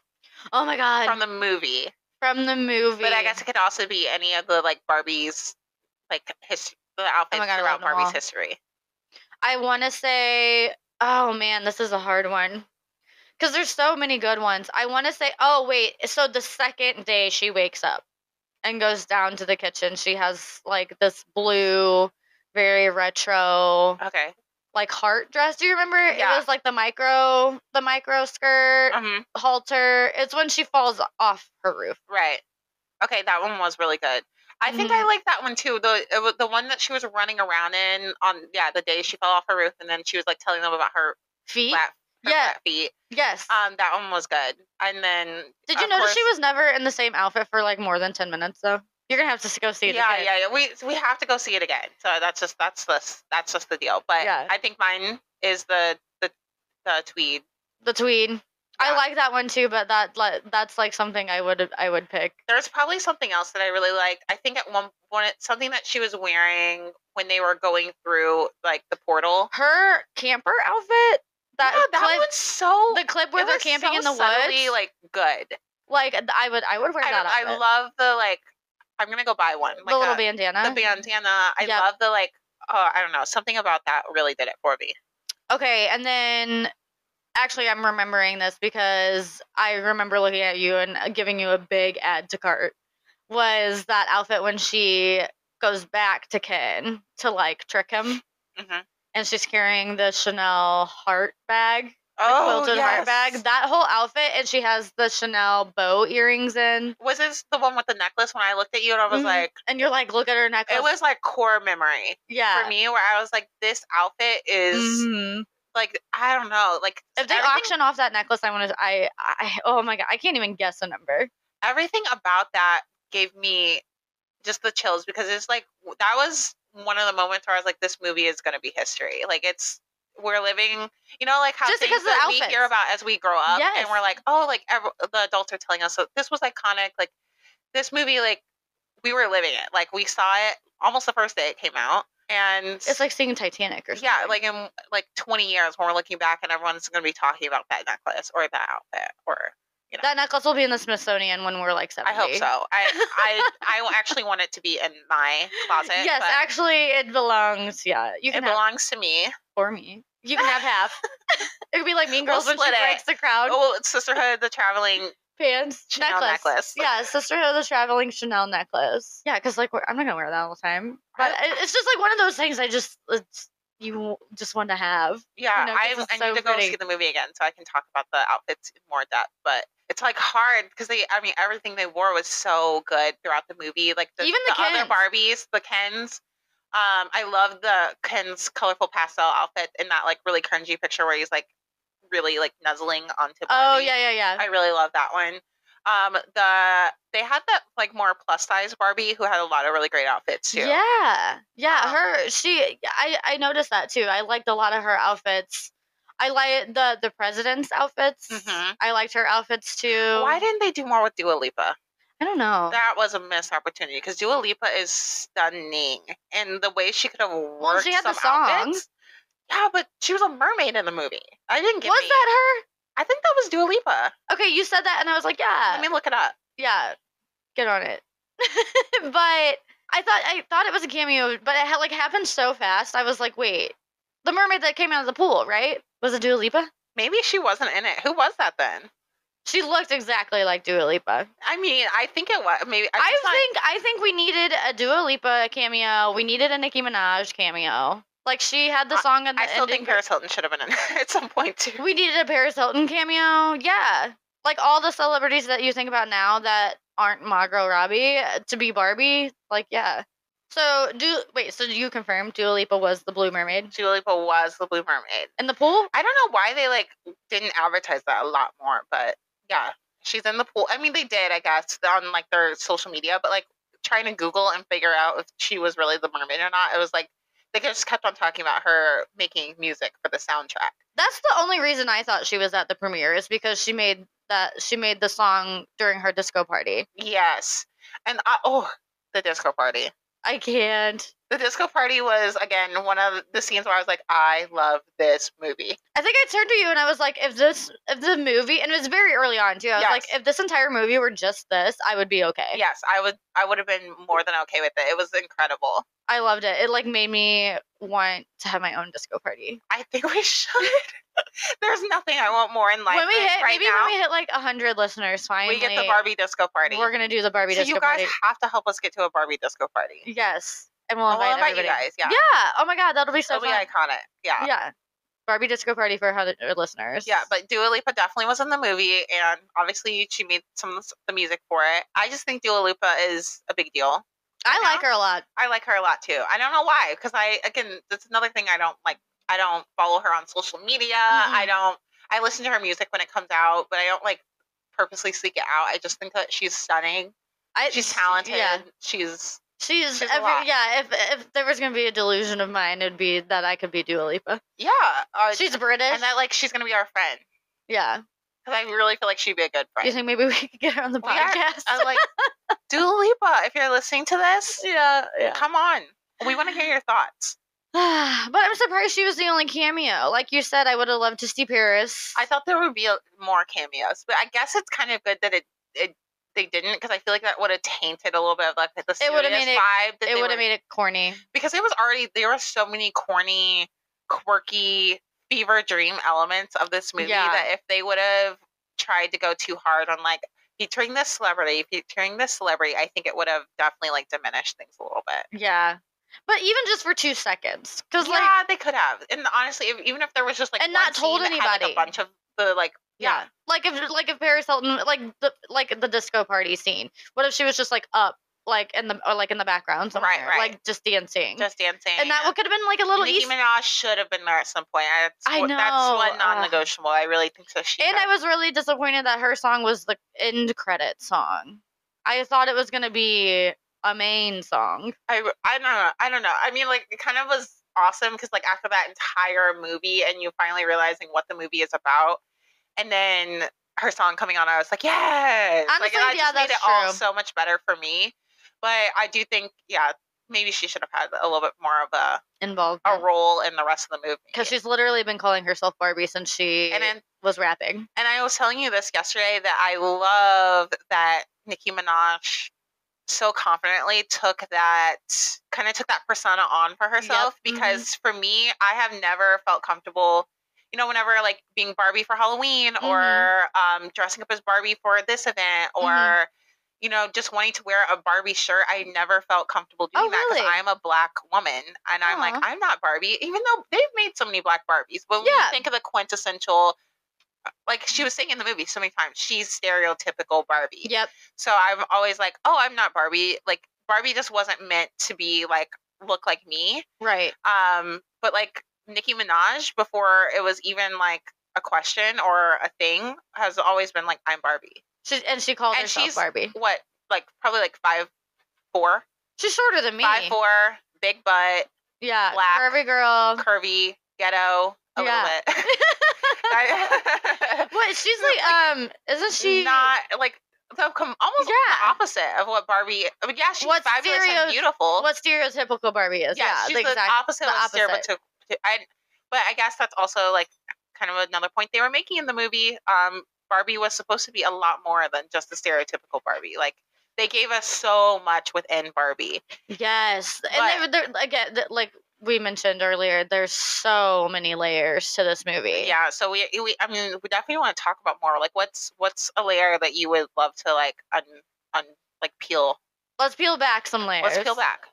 [SPEAKER 1] oh my god,
[SPEAKER 2] from the movie?
[SPEAKER 1] from the movie.
[SPEAKER 2] But I guess it could also be any of the like Barbie's like his the outfits
[SPEAKER 1] Oh God, I love
[SPEAKER 2] throughout
[SPEAKER 1] them
[SPEAKER 2] Barbie's
[SPEAKER 1] all.
[SPEAKER 2] history.
[SPEAKER 1] I want to say, oh man, this is a hard one. Because there's so many good ones. I want to say, oh wait, so the second day she wakes up and goes down to the kitchen, she has like this blue, very retro,
[SPEAKER 2] Okay.
[SPEAKER 1] like heart dress. Do you remember?
[SPEAKER 2] Yeah.
[SPEAKER 1] It was like the micro, the micro skirt,
[SPEAKER 2] Um.
[SPEAKER 1] halter. It's when she falls off her roof.
[SPEAKER 2] Right. Okay, that one was really good. I think
[SPEAKER 1] Mm-hmm.
[SPEAKER 2] I like that one too. The it was the one that she was running around in on yeah the day she fell off her roof and then she was like telling them about her
[SPEAKER 1] Feet?
[SPEAKER 2] flat, her
[SPEAKER 1] Yeah.
[SPEAKER 2] flat feet.
[SPEAKER 1] Yes.
[SPEAKER 2] Um, that one was good. And then
[SPEAKER 1] Did you
[SPEAKER 2] of
[SPEAKER 1] notice she
[SPEAKER 2] course-
[SPEAKER 1] was never in the same outfit for like more than 10 minutes though? You're going to have to go see it
[SPEAKER 2] Yeah,
[SPEAKER 1] again.
[SPEAKER 2] yeah, yeah. We we have to go see it again. So that's just that's this that's just the deal. But
[SPEAKER 1] Yeah.
[SPEAKER 2] I think mine is the the the tweed.
[SPEAKER 1] the tweed.
[SPEAKER 2] Yeah.
[SPEAKER 1] I like that one too, but that like, that's like something I would I would pick.
[SPEAKER 2] There's probably something else that I really liked. I think at one point something that she was wearing when they were going through like the portal.
[SPEAKER 1] Her camper outfit, that,
[SPEAKER 2] yeah, that
[SPEAKER 1] clip,
[SPEAKER 2] one's so
[SPEAKER 1] the clip where
[SPEAKER 2] it
[SPEAKER 1] they're
[SPEAKER 2] was
[SPEAKER 1] camping
[SPEAKER 2] so
[SPEAKER 1] in the
[SPEAKER 2] subtly,
[SPEAKER 1] woods,
[SPEAKER 2] like good.
[SPEAKER 1] like, th- I would I would wear that.
[SPEAKER 2] I, I
[SPEAKER 1] outfit.
[SPEAKER 2] love the like. I'm gonna go buy one.
[SPEAKER 1] the
[SPEAKER 2] Like
[SPEAKER 1] little
[SPEAKER 2] a-
[SPEAKER 1] bandana.
[SPEAKER 2] the bandana. I
[SPEAKER 1] Yep.
[SPEAKER 2] love the like. Oh, I don't know. Something about that really did it for me.
[SPEAKER 1] okay, and then actually I'm remembering this because I remember looking at you and uh, giving you a big add to cart. Was that outfit when she goes back to Ken to like trick him,
[SPEAKER 2] hmm
[SPEAKER 1] and she's carrying the Chanel heart bag? the
[SPEAKER 2] Oh,
[SPEAKER 1] quilted heart
[SPEAKER 2] yes.
[SPEAKER 1] bag. That whole outfit, and she has the Chanel bow earrings in.
[SPEAKER 2] was this the one with the necklace when I looked at you and I was
[SPEAKER 1] Mhm.
[SPEAKER 2] like,
[SPEAKER 1] And you're like, look at her necklace.
[SPEAKER 2] it was like core memory
[SPEAKER 1] yeah.
[SPEAKER 2] for me where I was like, this outfit is
[SPEAKER 1] Mhm.
[SPEAKER 2] like, I don't know, like
[SPEAKER 1] If they
[SPEAKER 2] everything,
[SPEAKER 1] auction off that necklace, I want to. I, I. Oh my god, I can't even guess a number.
[SPEAKER 2] everything about that gave me just the chills because it's like, w- that was one of the moments where I was like, this movie is going to be history. Like, it's, we're living, you know, like how
[SPEAKER 1] Just
[SPEAKER 2] things
[SPEAKER 1] because of the
[SPEAKER 2] that we hear
[SPEAKER 1] outfits.
[SPEAKER 2] about as we grow up, and
[SPEAKER 1] Yes.
[SPEAKER 2] we're like, oh, like ev- the adults are telling us, so this was iconic. Like this movie, like we were living it. Like we saw it almost the first day it came out, and
[SPEAKER 1] It's like seeing Titanic or something.
[SPEAKER 2] yeah, like in like 20 years when we're looking back and everyone's going to be talking about that necklace or that outfit or
[SPEAKER 1] that necklace will be in the Smithsonian when we're like
[SPEAKER 2] I
[SPEAKER 1] seventy.
[SPEAKER 2] hope so. I I I actually want it to be in my closet.
[SPEAKER 1] Yes,
[SPEAKER 2] but
[SPEAKER 1] actually, it belongs. Yeah, you
[SPEAKER 2] it
[SPEAKER 1] can have it
[SPEAKER 2] belongs to me.
[SPEAKER 1] for me. You can have half. it could be like Mean
[SPEAKER 2] We'll
[SPEAKER 1] Girls when
[SPEAKER 2] split
[SPEAKER 1] she
[SPEAKER 2] it.
[SPEAKER 1] breaks the crowd.
[SPEAKER 2] Oh, it's sisterhood, the traveling.
[SPEAKER 1] pants
[SPEAKER 2] Chanel
[SPEAKER 1] necklace.
[SPEAKER 2] necklace.
[SPEAKER 1] Yeah, sisterhood of the traveling Chanel necklace. Yeah, because like we're- I'm not gonna wear that all the time, but it- it's just like one of those things I just it's, you just want to have.
[SPEAKER 2] Yeah,
[SPEAKER 1] You know, 'cause
[SPEAKER 2] I,
[SPEAKER 1] it's
[SPEAKER 2] I need
[SPEAKER 1] so
[SPEAKER 2] to go
[SPEAKER 1] pretty.
[SPEAKER 2] see the movie again so I can talk about the outfits in more depth. But it's like hard because they, I mean, everything they wore was so good throughout the movie. Like the,
[SPEAKER 1] Even the
[SPEAKER 2] other
[SPEAKER 1] Kens.
[SPEAKER 2] Barbies, the Kens. Um, I love the Ken's colorful pastel outfit and that like really cringy picture where he's like really like nuzzling onto. Barbie.
[SPEAKER 1] Oh yeah, yeah, yeah.
[SPEAKER 2] I really love that one. Um, the they had that like more plus size Barbie who had a lot of really great outfits too.
[SPEAKER 1] Yeah, yeah.
[SPEAKER 2] Um,
[SPEAKER 1] her, she, I, I noticed that too. I liked a lot of her outfits. I like the the president's outfits.
[SPEAKER 2] Mhm.
[SPEAKER 1] I liked her outfits too.
[SPEAKER 2] Why didn't they do more with Dua Lipa?
[SPEAKER 1] I don't know.
[SPEAKER 2] That was a missed opportunity because Dua Lipa is stunning, and the way she could have worked
[SPEAKER 1] she had
[SPEAKER 2] some
[SPEAKER 1] the song.
[SPEAKER 2] outfits. Yeah, but she was a mermaid in the movie. I
[SPEAKER 1] was
[SPEAKER 2] didn't get me-
[SPEAKER 1] that
[SPEAKER 2] I think that was Dua Lipa.
[SPEAKER 1] her? Okay, you said that, and I was like, yeah.
[SPEAKER 2] Let me look it up.
[SPEAKER 1] yeah, get on it. but I thought I thought it was a cameo, but it had like happened so fast. I was like, wait, the mermaid that came out of the pool, right? Was it Dua Lipa?
[SPEAKER 2] Maybe she wasn't in it. Who was that then?
[SPEAKER 1] She looked exactly like Dua Lipa.
[SPEAKER 2] I mean, I think it was. Maybe
[SPEAKER 1] I,
[SPEAKER 2] I, just thought-
[SPEAKER 1] think I think we needed a Dua Lipa cameo. We needed a Nicki Minaj cameo. Like she had the song on the
[SPEAKER 2] I still
[SPEAKER 1] ending
[SPEAKER 2] think Paris Hilton should have been in it at some point too.
[SPEAKER 1] We needed a Paris Hilton cameo. Yeah. Like all the celebrities that you think about now that aren't Margot Robbie uh, to be Barbie. Like, yeah. So do wait. So do you confirm Dua Lipa was the Blue Mermaid
[SPEAKER 2] Dua Lipa was the Blue Mermaid.
[SPEAKER 1] in the pool?
[SPEAKER 2] I don't know why they like didn't advertise that a lot more, but yeah, she's in the pool. I mean, they did, I guess, on like their social media, but like trying to Google and figure out if she was really the mermaid or not, it was like they just kept on talking about her making music for the soundtrack.
[SPEAKER 1] That's the only reason I thought she was at the premiere is because she made that she made the song during her disco party.
[SPEAKER 2] Yes, and I, oh, the disco party.
[SPEAKER 1] I can't.
[SPEAKER 2] The disco party was again one of the scenes where I was like, I love this movie.
[SPEAKER 1] I think I turned to you and I was like, if this, if the movie, and it was very early on too. I was like,
[SPEAKER 2] Yes.
[SPEAKER 1] if this entire movie were just this, I would be okay.
[SPEAKER 2] Yes, I would. I would have been more than okay with it. It was incredible.
[SPEAKER 1] I loved it. It like made me want to have my own disco party.
[SPEAKER 2] I think we should. There's nothing I want more in life.
[SPEAKER 1] when we
[SPEAKER 2] than
[SPEAKER 1] hit,
[SPEAKER 2] right
[SPEAKER 1] maybe
[SPEAKER 2] now,
[SPEAKER 1] when we hit like hundred listeners, finally,
[SPEAKER 2] we get the Barbie disco party.
[SPEAKER 1] We're gonna do the Barbie
[SPEAKER 2] so
[SPEAKER 1] disco
[SPEAKER 2] you guys
[SPEAKER 1] party.
[SPEAKER 2] have to help us get to a Barbie disco party.
[SPEAKER 1] Yes, and we'll
[SPEAKER 2] I will
[SPEAKER 1] invite,
[SPEAKER 2] Oh, invite you
[SPEAKER 1] everybody.
[SPEAKER 2] guys. Yeah,
[SPEAKER 1] Oh my god, that'll be so
[SPEAKER 2] it'll be
[SPEAKER 1] fun.
[SPEAKER 2] iconic. Yeah.
[SPEAKER 1] yeah.
[SPEAKER 2] yeah,
[SPEAKER 1] Barbie disco party for hundred uh, listeners.
[SPEAKER 2] But Dua Lipa definitely was in the movie, and obviously she made some of s- the music for it. I just think Dua Lipa is a big deal.
[SPEAKER 1] I
[SPEAKER 2] Yeah.
[SPEAKER 1] like her a lot.
[SPEAKER 2] I like her a lot too. I don't know why, because I again, that's another thing I don't like. I don't follow her on social media. I
[SPEAKER 1] Mhm.
[SPEAKER 2] don't. I listen to her music when it comes out, but I don't like purposely seek it out. I just think that she's stunning.
[SPEAKER 1] I,
[SPEAKER 2] She's talented.
[SPEAKER 1] Yeah,
[SPEAKER 2] She's
[SPEAKER 1] she's,
[SPEAKER 2] She's a lot.
[SPEAKER 1] every, yeah. If if there was gonna be a delusion of mine, it'd be that I could be Dua Lipa.
[SPEAKER 2] yeah. Uh,
[SPEAKER 1] She's British.
[SPEAKER 2] and I like she's gonna be our friend
[SPEAKER 1] yeah.
[SPEAKER 2] because I really feel like she'd be a good
[SPEAKER 1] You
[SPEAKER 2] friend.
[SPEAKER 1] think maybe we could get her on the
[SPEAKER 2] We are- Um,
[SPEAKER 1] podcast?
[SPEAKER 2] I'm like Dua Lipa. If you're listening to this,
[SPEAKER 1] yeah, yeah.
[SPEAKER 2] come on. We want to hear your thoughts.
[SPEAKER 1] but I'm surprised she was the only cameo. Like you said, I would have loved to see Paris.
[SPEAKER 2] I thought there would be a, more cameos, but I guess it's kind of good that it, it they didn't because I feel like that would have tainted a little bit of like the
[SPEAKER 1] It
[SPEAKER 2] serious
[SPEAKER 1] would've made it-
[SPEAKER 2] vibe. That
[SPEAKER 1] it
[SPEAKER 2] would
[SPEAKER 1] would have made it corny.
[SPEAKER 2] because it was already there were so many corny, quirky fever dream elements of this movie
[SPEAKER 1] Yeah.
[SPEAKER 2] that if they would have tried to go too hard on like featuring this celebrity, featuring this celebrity, I think it would have definitely like diminished things a little bit.
[SPEAKER 1] Yeah. But even just for two seconds, because
[SPEAKER 2] yeah,
[SPEAKER 1] like
[SPEAKER 2] they could have. And honestly, if, even if there was just like
[SPEAKER 1] And
[SPEAKER 2] one
[SPEAKER 1] not told
[SPEAKER 2] scene that had, like,
[SPEAKER 1] anybody.
[SPEAKER 2] a bunch of the like yeah.
[SPEAKER 1] like if like if Paris Hilton, like the like the disco party scene, what if she was just like up, like in the or like in the background somewhere,
[SPEAKER 2] Right, right.
[SPEAKER 1] like just dancing,
[SPEAKER 2] just dancing
[SPEAKER 1] and that could have been like a little
[SPEAKER 2] Nicki
[SPEAKER 1] East.
[SPEAKER 2] Minaj should have been there at some point. That's
[SPEAKER 1] I
[SPEAKER 2] what-
[SPEAKER 1] know,
[SPEAKER 2] That's
[SPEAKER 1] ugh.
[SPEAKER 2] one non-negotiable. I really think so. She
[SPEAKER 1] And I was really disappointed that her song was the end credit song. I thought it was gonna be a main song.
[SPEAKER 2] I, I don't know. I don't know. I mean, like, it kind of was awesome because, like, after that entire movie and you finally realizing what the movie is about, and then her song coming on, I was like, yes. like,
[SPEAKER 1] Honestly,
[SPEAKER 2] and that
[SPEAKER 1] yeah,
[SPEAKER 2] just made it
[SPEAKER 1] that's
[SPEAKER 2] all
[SPEAKER 1] true.
[SPEAKER 2] so much better for me. But I do think, yeah, maybe she should have had a little bit more of a,
[SPEAKER 1] involved
[SPEAKER 2] a role in the rest of the movie.
[SPEAKER 1] because she's literally been calling herself Barbie since she
[SPEAKER 2] and then
[SPEAKER 1] was rapping.
[SPEAKER 2] And I was telling you this yesterday that I love that Nicki Minaj so confidently took that kind of took that persona on for herself
[SPEAKER 1] mhm.
[SPEAKER 2] because for me, I have never felt comfortable. You know, whenever like being Barbie for Halloween
[SPEAKER 1] Mm-hmm.
[SPEAKER 2] or um, dressing up as Barbie for this event or,
[SPEAKER 1] Mhm.
[SPEAKER 2] you know, just wanting to wear a Barbie shirt, I never felt comfortable doing
[SPEAKER 1] Oh,
[SPEAKER 2] that
[SPEAKER 1] really?
[SPEAKER 2] I'm a black woman and I'm like,
[SPEAKER 1] Aw.
[SPEAKER 2] I'm not Barbie, even though they've made so many black Barbies. But when you
[SPEAKER 1] Yeah.
[SPEAKER 2] think of the quintessential like she was saying in the movie so many times, she's stereotypical Barbie.
[SPEAKER 1] Yep.
[SPEAKER 2] So I'm always like, oh, I'm not Barbie. Like Barbie just wasn't meant to be like look like me.
[SPEAKER 1] Right.
[SPEAKER 2] Um, but like Nicki Minaj, before it was even like a question or a thing, has always been like, I'm Barbie.
[SPEAKER 1] She, and she called
[SPEAKER 2] And
[SPEAKER 1] herself
[SPEAKER 2] she's-
[SPEAKER 1] Barbie.
[SPEAKER 2] What? Like probably like five four,
[SPEAKER 1] She's shorter than me.
[SPEAKER 2] five four, big butt,
[SPEAKER 1] Yeah.
[SPEAKER 2] black.
[SPEAKER 1] Curvy girl.
[SPEAKER 2] curvy, ghetto, a
[SPEAKER 1] Yeah.
[SPEAKER 2] little bit. I-
[SPEAKER 1] What? She's like, um, isn't she?
[SPEAKER 2] not like the com- almost the
[SPEAKER 1] Yeah.
[SPEAKER 2] opposite of what Barbie. I mean, yeah, she's
[SPEAKER 1] What's
[SPEAKER 2] fabulous and
[SPEAKER 1] stereo-
[SPEAKER 2] beautiful.
[SPEAKER 1] what stereotypical Barbie is?
[SPEAKER 2] yeah,
[SPEAKER 1] Yeah,
[SPEAKER 2] she's
[SPEAKER 1] the
[SPEAKER 2] the
[SPEAKER 1] exact.
[SPEAKER 2] opposite
[SPEAKER 1] the
[SPEAKER 2] of
[SPEAKER 1] opposite.
[SPEAKER 2] stereotypical. I, but I guess that's also like kind of another point they were making in the movie. Um, Barbie was supposed to be a lot more than just the stereotypical Barbie. Like they gave us so much within Barbie.
[SPEAKER 1] yes,
[SPEAKER 2] But-
[SPEAKER 1] and they, they're, again, th- like we mentioned earlier, there's so many layers to this movie.
[SPEAKER 2] Yeah, so we, we I mean, we definitely want to talk about more. Like, what's what's a layer that you would love to like un, un like peel?
[SPEAKER 1] Let's peel back some layers.
[SPEAKER 2] Let's peel back.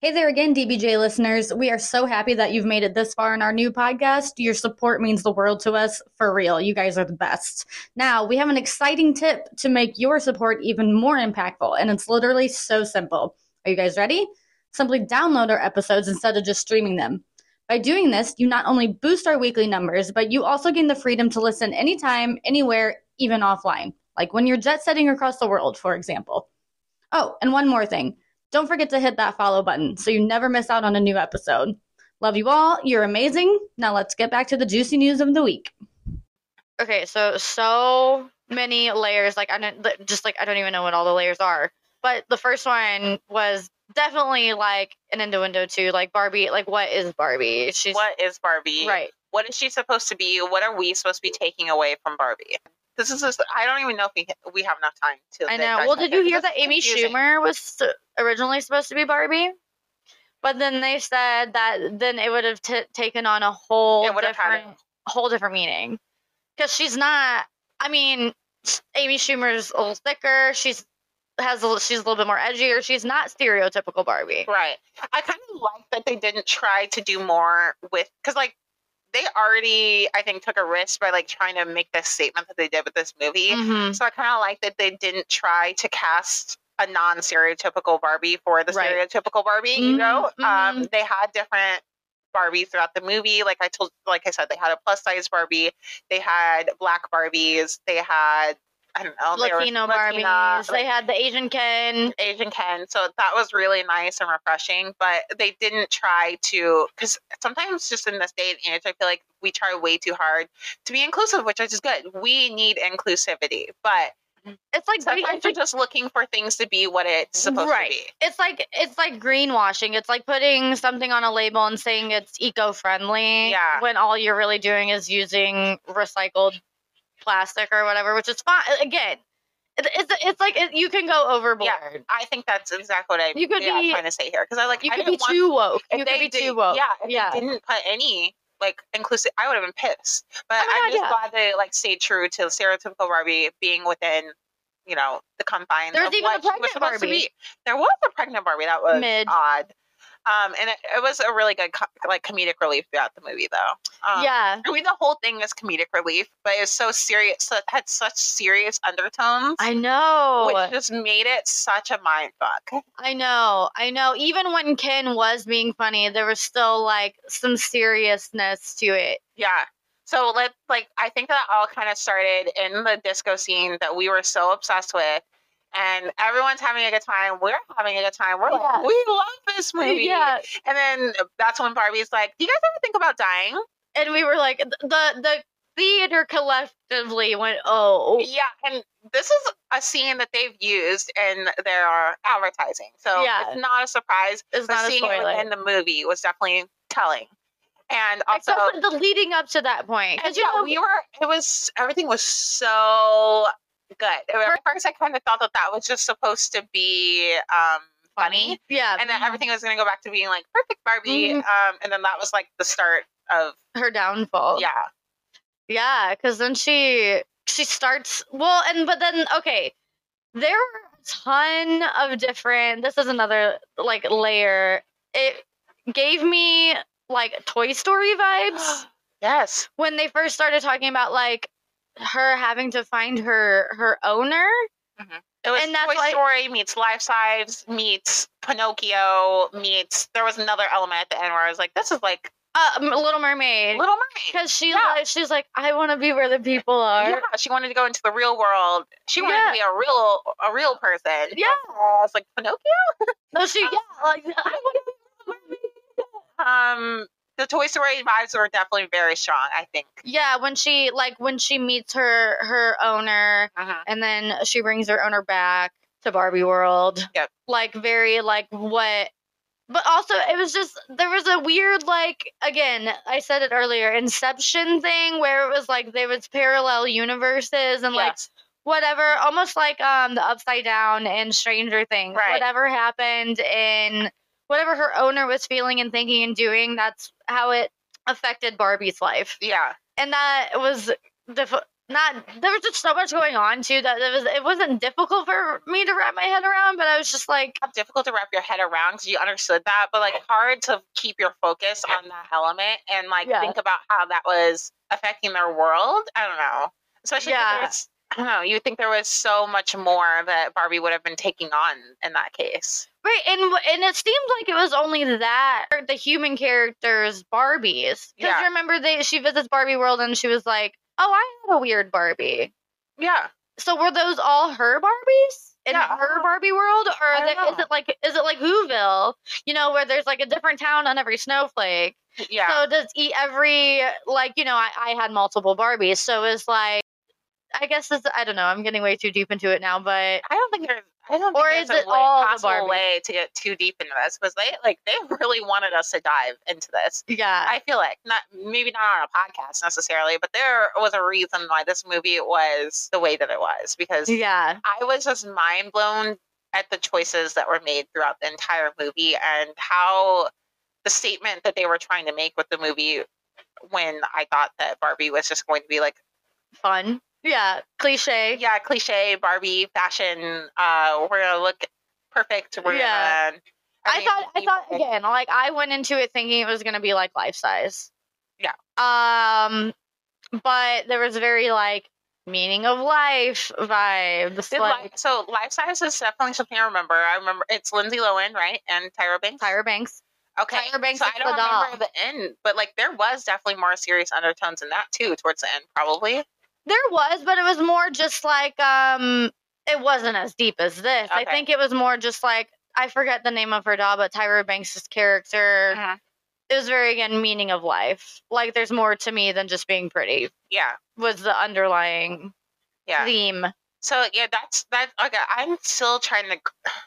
[SPEAKER 3] Hey there again, DBJ listeners. We are so happy that you've made it this far in our new podcast. Your support means the world to us, for real. You guys are the best. Now, we have an exciting tip to make your support even more impactful, and it's literally so simple. Are you guys ready? simply download our episodes instead of just streaming them. By doing this, you not only boost our weekly numbers, but you also gain the freedom to listen anytime, anywhere, even offline, like when you're jet setting across the world, for example. Oh, and one more thing don't forget to hit that follow button so you never miss out on a new episode. Love you all. You're amazing. Now let's get back to the juicy news of the week.
[SPEAKER 1] Okay, so so many layers. Like I don't th- just like I don't even know what all the layers are. But the first one was definitely like an innuendo too. Like Barbie. Like what is Barbie? She's
[SPEAKER 2] What is Barbie?
[SPEAKER 1] right.
[SPEAKER 2] What is she supposed to be? What are we supposed to be taking away from Barbie? This is just, I don't even know if we we have enough time to.
[SPEAKER 1] I
[SPEAKER 2] like,
[SPEAKER 1] know.
[SPEAKER 2] dive
[SPEAKER 1] Well,
[SPEAKER 2] back
[SPEAKER 1] did you
[SPEAKER 2] in.
[SPEAKER 1] hear
[SPEAKER 2] This
[SPEAKER 1] that
[SPEAKER 2] is
[SPEAKER 1] Amy
[SPEAKER 2] confusing.
[SPEAKER 1] Schumer was s- originally supposed to be Barbie? But then they said that then it would have t- taken on a whole
[SPEAKER 2] It would have had a-
[SPEAKER 1] different whole different meaning because she's not. I mean, s- Amy Schumer's a little thicker. She's has a, li- she's a little bit more edgier. She's not stereotypical Barbie.
[SPEAKER 2] Right. I kind of like that they didn't try to do more with because like they already I think took a risk by like trying to make this statement that they did with this movie.
[SPEAKER 1] Mhm.
[SPEAKER 2] So I kind of like that they didn't try to cast a non-stereotypical Barbie for the
[SPEAKER 1] Right.
[SPEAKER 2] stereotypical Barbie. You
[SPEAKER 1] Mhm,
[SPEAKER 2] know, um,
[SPEAKER 1] mhm.
[SPEAKER 2] they had different Barbies throughout the movie. Like I told, like I said, they had a plus-size Barbie. They had black Barbies. They had I don't know there was
[SPEAKER 1] Latino Barbies.
[SPEAKER 2] Latina, like,
[SPEAKER 1] they had the Asian Ken.
[SPEAKER 2] Asian Ken. So that was really nice and refreshing, but they didn't try to, because sometimes just in this day and age, I feel like we try way too hard to be inclusive, which is good. We need inclusivity, but
[SPEAKER 1] It's like Barbie-
[SPEAKER 2] sometimes
[SPEAKER 1] it's like
[SPEAKER 2] you're just looking for things to be what it's supposed
[SPEAKER 1] Right.
[SPEAKER 2] to be.
[SPEAKER 1] it's like it's like greenwashing. It's like putting something on a label and saying it's eco-friendly
[SPEAKER 2] Yeah.
[SPEAKER 1] when all you're really doing is using recycled plastic or whatever, which is fine. Again, it, it's it's like it, you can go overboard.
[SPEAKER 2] I think that's exactly what I,
[SPEAKER 1] You could
[SPEAKER 2] yeah,
[SPEAKER 1] be-
[SPEAKER 2] trying to say here, because I like
[SPEAKER 1] You
[SPEAKER 2] I
[SPEAKER 1] could be
[SPEAKER 2] didn't want-
[SPEAKER 1] too woke.
[SPEAKER 2] if
[SPEAKER 1] You
[SPEAKER 2] they
[SPEAKER 1] could be
[SPEAKER 2] did-
[SPEAKER 1] too woke.
[SPEAKER 2] Yeah, if
[SPEAKER 1] Yeah.
[SPEAKER 2] they didn't put any like inclusive, I would have been pissed. But
[SPEAKER 1] Oh my
[SPEAKER 2] I'm
[SPEAKER 1] God,
[SPEAKER 2] just
[SPEAKER 1] yeah.
[SPEAKER 2] glad they like stayed true to stereotypical Barbie being within, you know, the confines
[SPEAKER 1] There was
[SPEAKER 2] of
[SPEAKER 1] even a
[SPEAKER 2] what she was
[SPEAKER 1] pregnant
[SPEAKER 2] supposed to
[SPEAKER 1] Barbie.
[SPEAKER 2] be. There was a pregnant Barbie that was
[SPEAKER 1] Midge.
[SPEAKER 2] odd, um, and it, it was a really good co- like comedic relief throughout the movie, though. Um,
[SPEAKER 1] yeah.
[SPEAKER 2] I mean, the whole thing is comedic relief, but it was so serious, so, had such serious undertones,
[SPEAKER 1] I know.
[SPEAKER 2] which just made it such a mind fuck.
[SPEAKER 1] I know, I know. Even when Ken was being funny, there was still like some seriousness to it.
[SPEAKER 2] Yeah. So let like I think that all kind of started in the disco scene that we were so obsessed with, and everyone's having a good time. We're having a good time. We're
[SPEAKER 1] Yeah.
[SPEAKER 2] like, we love this movie.
[SPEAKER 1] Yeah,
[SPEAKER 2] And then that's when Barbie's like, "Do you guys ever think about dying?"
[SPEAKER 1] and we were like th- the the theater collectively went oh
[SPEAKER 2] Yeah. And this is a scene that they've used in their advertising, so
[SPEAKER 1] Yeah.
[SPEAKER 2] it's not a surprise.
[SPEAKER 1] it's
[SPEAKER 2] But
[SPEAKER 1] not a
[SPEAKER 2] seeing it
[SPEAKER 1] spoiler
[SPEAKER 2] within the movie was definitely telling. And also,
[SPEAKER 1] except for the leading up to that point
[SPEAKER 2] And
[SPEAKER 1] because you
[SPEAKER 2] yeah,
[SPEAKER 1] know
[SPEAKER 2] we were. It was everything was so good. At first, I kind of thought that that was just supposed to be um, funny,
[SPEAKER 1] yeah
[SPEAKER 2] and then
[SPEAKER 1] mhm.
[SPEAKER 2] everything was going to go back to being like perfect Barbie.
[SPEAKER 1] Mhm.
[SPEAKER 2] Um, and then that was like the start of
[SPEAKER 1] her downfall
[SPEAKER 2] yeah,
[SPEAKER 1] yeah because then she she starts well and but then okay there were a ton of different this is another like layer it gave me like toy story vibes
[SPEAKER 2] yes,
[SPEAKER 1] when they first started talking about like her having to find her her owner
[SPEAKER 2] it was
[SPEAKER 1] And that's
[SPEAKER 2] Toy
[SPEAKER 1] why-
[SPEAKER 2] Story meets Life Size meets Pinocchio meets. There was another element at the end where I was like, this is like
[SPEAKER 1] uh, M- little mermaid
[SPEAKER 2] Little Mermaid.
[SPEAKER 1] because she
[SPEAKER 2] Yeah.
[SPEAKER 1] like, she's like I want to be where the people are.
[SPEAKER 2] Yeah, she wanted to go into the real world. She wanted
[SPEAKER 1] Yeah.
[SPEAKER 2] to be a real, a real person.
[SPEAKER 1] Yeah.
[SPEAKER 2] Uh, I was like Pinocchio.
[SPEAKER 1] No, she yeah, like
[SPEAKER 2] I wanna be a mermaid. um, the Toy Story vibes were definitely very strong. I think.
[SPEAKER 1] yeah. When she like when she meets her her owner, and then she brings her owner back to Barbie World.
[SPEAKER 2] Yep.
[SPEAKER 1] Like very like what. But also, it was just there was a weird like again I said it earlier Inception thing where it was like there was parallel universes and like
[SPEAKER 2] Yes.
[SPEAKER 1] whatever almost like um the upside down and stranger things
[SPEAKER 2] Right.
[SPEAKER 1] whatever happened in whatever her owner was feeling and thinking and doing that's how it affected barbie's life
[SPEAKER 2] yeah,
[SPEAKER 1] and that was diff- not there was just so much going on too that it was it wasn't difficult for me to wrap my head around but i was just like
[SPEAKER 2] Not difficult to wrap your head around because you understood that, but like hard to keep your focus on that element and like
[SPEAKER 1] Yeah.
[SPEAKER 2] think about how that was affecting their world. I don't know, especially 'cause
[SPEAKER 1] Yeah.
[SPEAKER 2] there's- I don't know. You would think there was so much more that Barbie would have been taking on in that case.
[SPEAKER 1] Right, and and it seemed like it was only that the human characters Barbies. Because
[SPEAKER 2] Yeah.
[SPEAKER 1] remember, they she visits Barbie World and she was like, "Oh, I had a weird Barbie."
[SPEAKER 2] Yeah.
[SPEAKER 1] So were those all her Barbies in
[SPEAKER 2] Yeah.
[SPEAKER 1] her Barbie World,
[SPEAKER 2] I
[SPEAKER 1] or
[SPEAKER 2] don't
[SPEAKER 1] that, is
[SPEAKER 2] know.
[SPEAKER 1] it like is it like Whoville? You know, where there's like a different town on every snowflake.
[SPEAKER 2] Yeah.
[SPEAKER 1] So does e every like you know I, I had multiple Barbies, so it's like I guess it's I don't know. I'm getting way too deep into it now, but
[SPEAKER 2] I don't think there's. I don't
[SPEAKER 1] Or
[SPEAKER 2] think
[SPEAKER 1] is
[SPEAKER 2] there's
[SPEAKER 1] it
[SPEAKER 2] a way,
[SPEAKER 1] all the
[SPEAKER 2] possible
[SPEAKER 1] Barbies?
[SPEAKER 2] way to get too deep into this because they like they really wanted us to dive into this.
[SPEAKER 1] yeah,
[SPEAKER 2] I feel like not maybe not on a podcast necessarily, but there was a reason why this movie was the way that it was because
[SPEAKER 1] yeah,
[SPEAKER 2] I was just mind blown at the choices that were made throughout the entire movie and how the statement that they were trying to make with the movie when I thought that Barbie was just going to be like,
[SPEAKER 1] fun, yeah, cliche,
[SPEAKER 2] yeah, cliche Barbie fashion, uh, we're gonna look perfect, we're
[SPEAKER 1] Yeah.
[SPEAKER 2] gonna
[SPEAKER 1] I thought I thought
[SPEAKER 2] yeah.
[SPEAKER 1] again, like I went into it thinking it was gonna be like life size.
[SPEAKER 2] Yeah.
[SPEAKER 1] Um, but there was very like meaning of life vibes,
[SPEAKER 2] Did
[SPEAKER 1] like
[SPEAKER 2] li- so life size is definitely something I remember. I remember it's Lindsay Lohan, right? And Tyra Banks.
[SPEAKER 1] Tyra Banks.
[SPEAKER 2] Okay.
[SPEAKER 1] Tyra Banks
[SPEAKER 2] so
[SPEAKER 1] is
[SPEAKER 2] I don't
[SPEAKER 1] the doll.
[SPEAKER 2] remember the end, but like there was definitely more serious undertones in that too towards the end, probably.
[SPEAKER 1] There was, but it was more just like um, it wasn't as deep as this. I
[SPEAKER 2] Okay.
[SPEAKER 1] think it was more just like I forget the name of her doll, but Tyra Banks' character.
[SPEAKER 2] Mhm.
[SPEAKER 1] It was very again meaning of life. Like there's more to me than just being pretty.
[SPEAKER 2] Yeah.
[SPEAKER 1] Was the underlying
[SPEAKER 2] Yeah.
[SPEAKER 1] theme.
[SPEAKER 2] So yeah, that's that. Okay, I'm still trying to.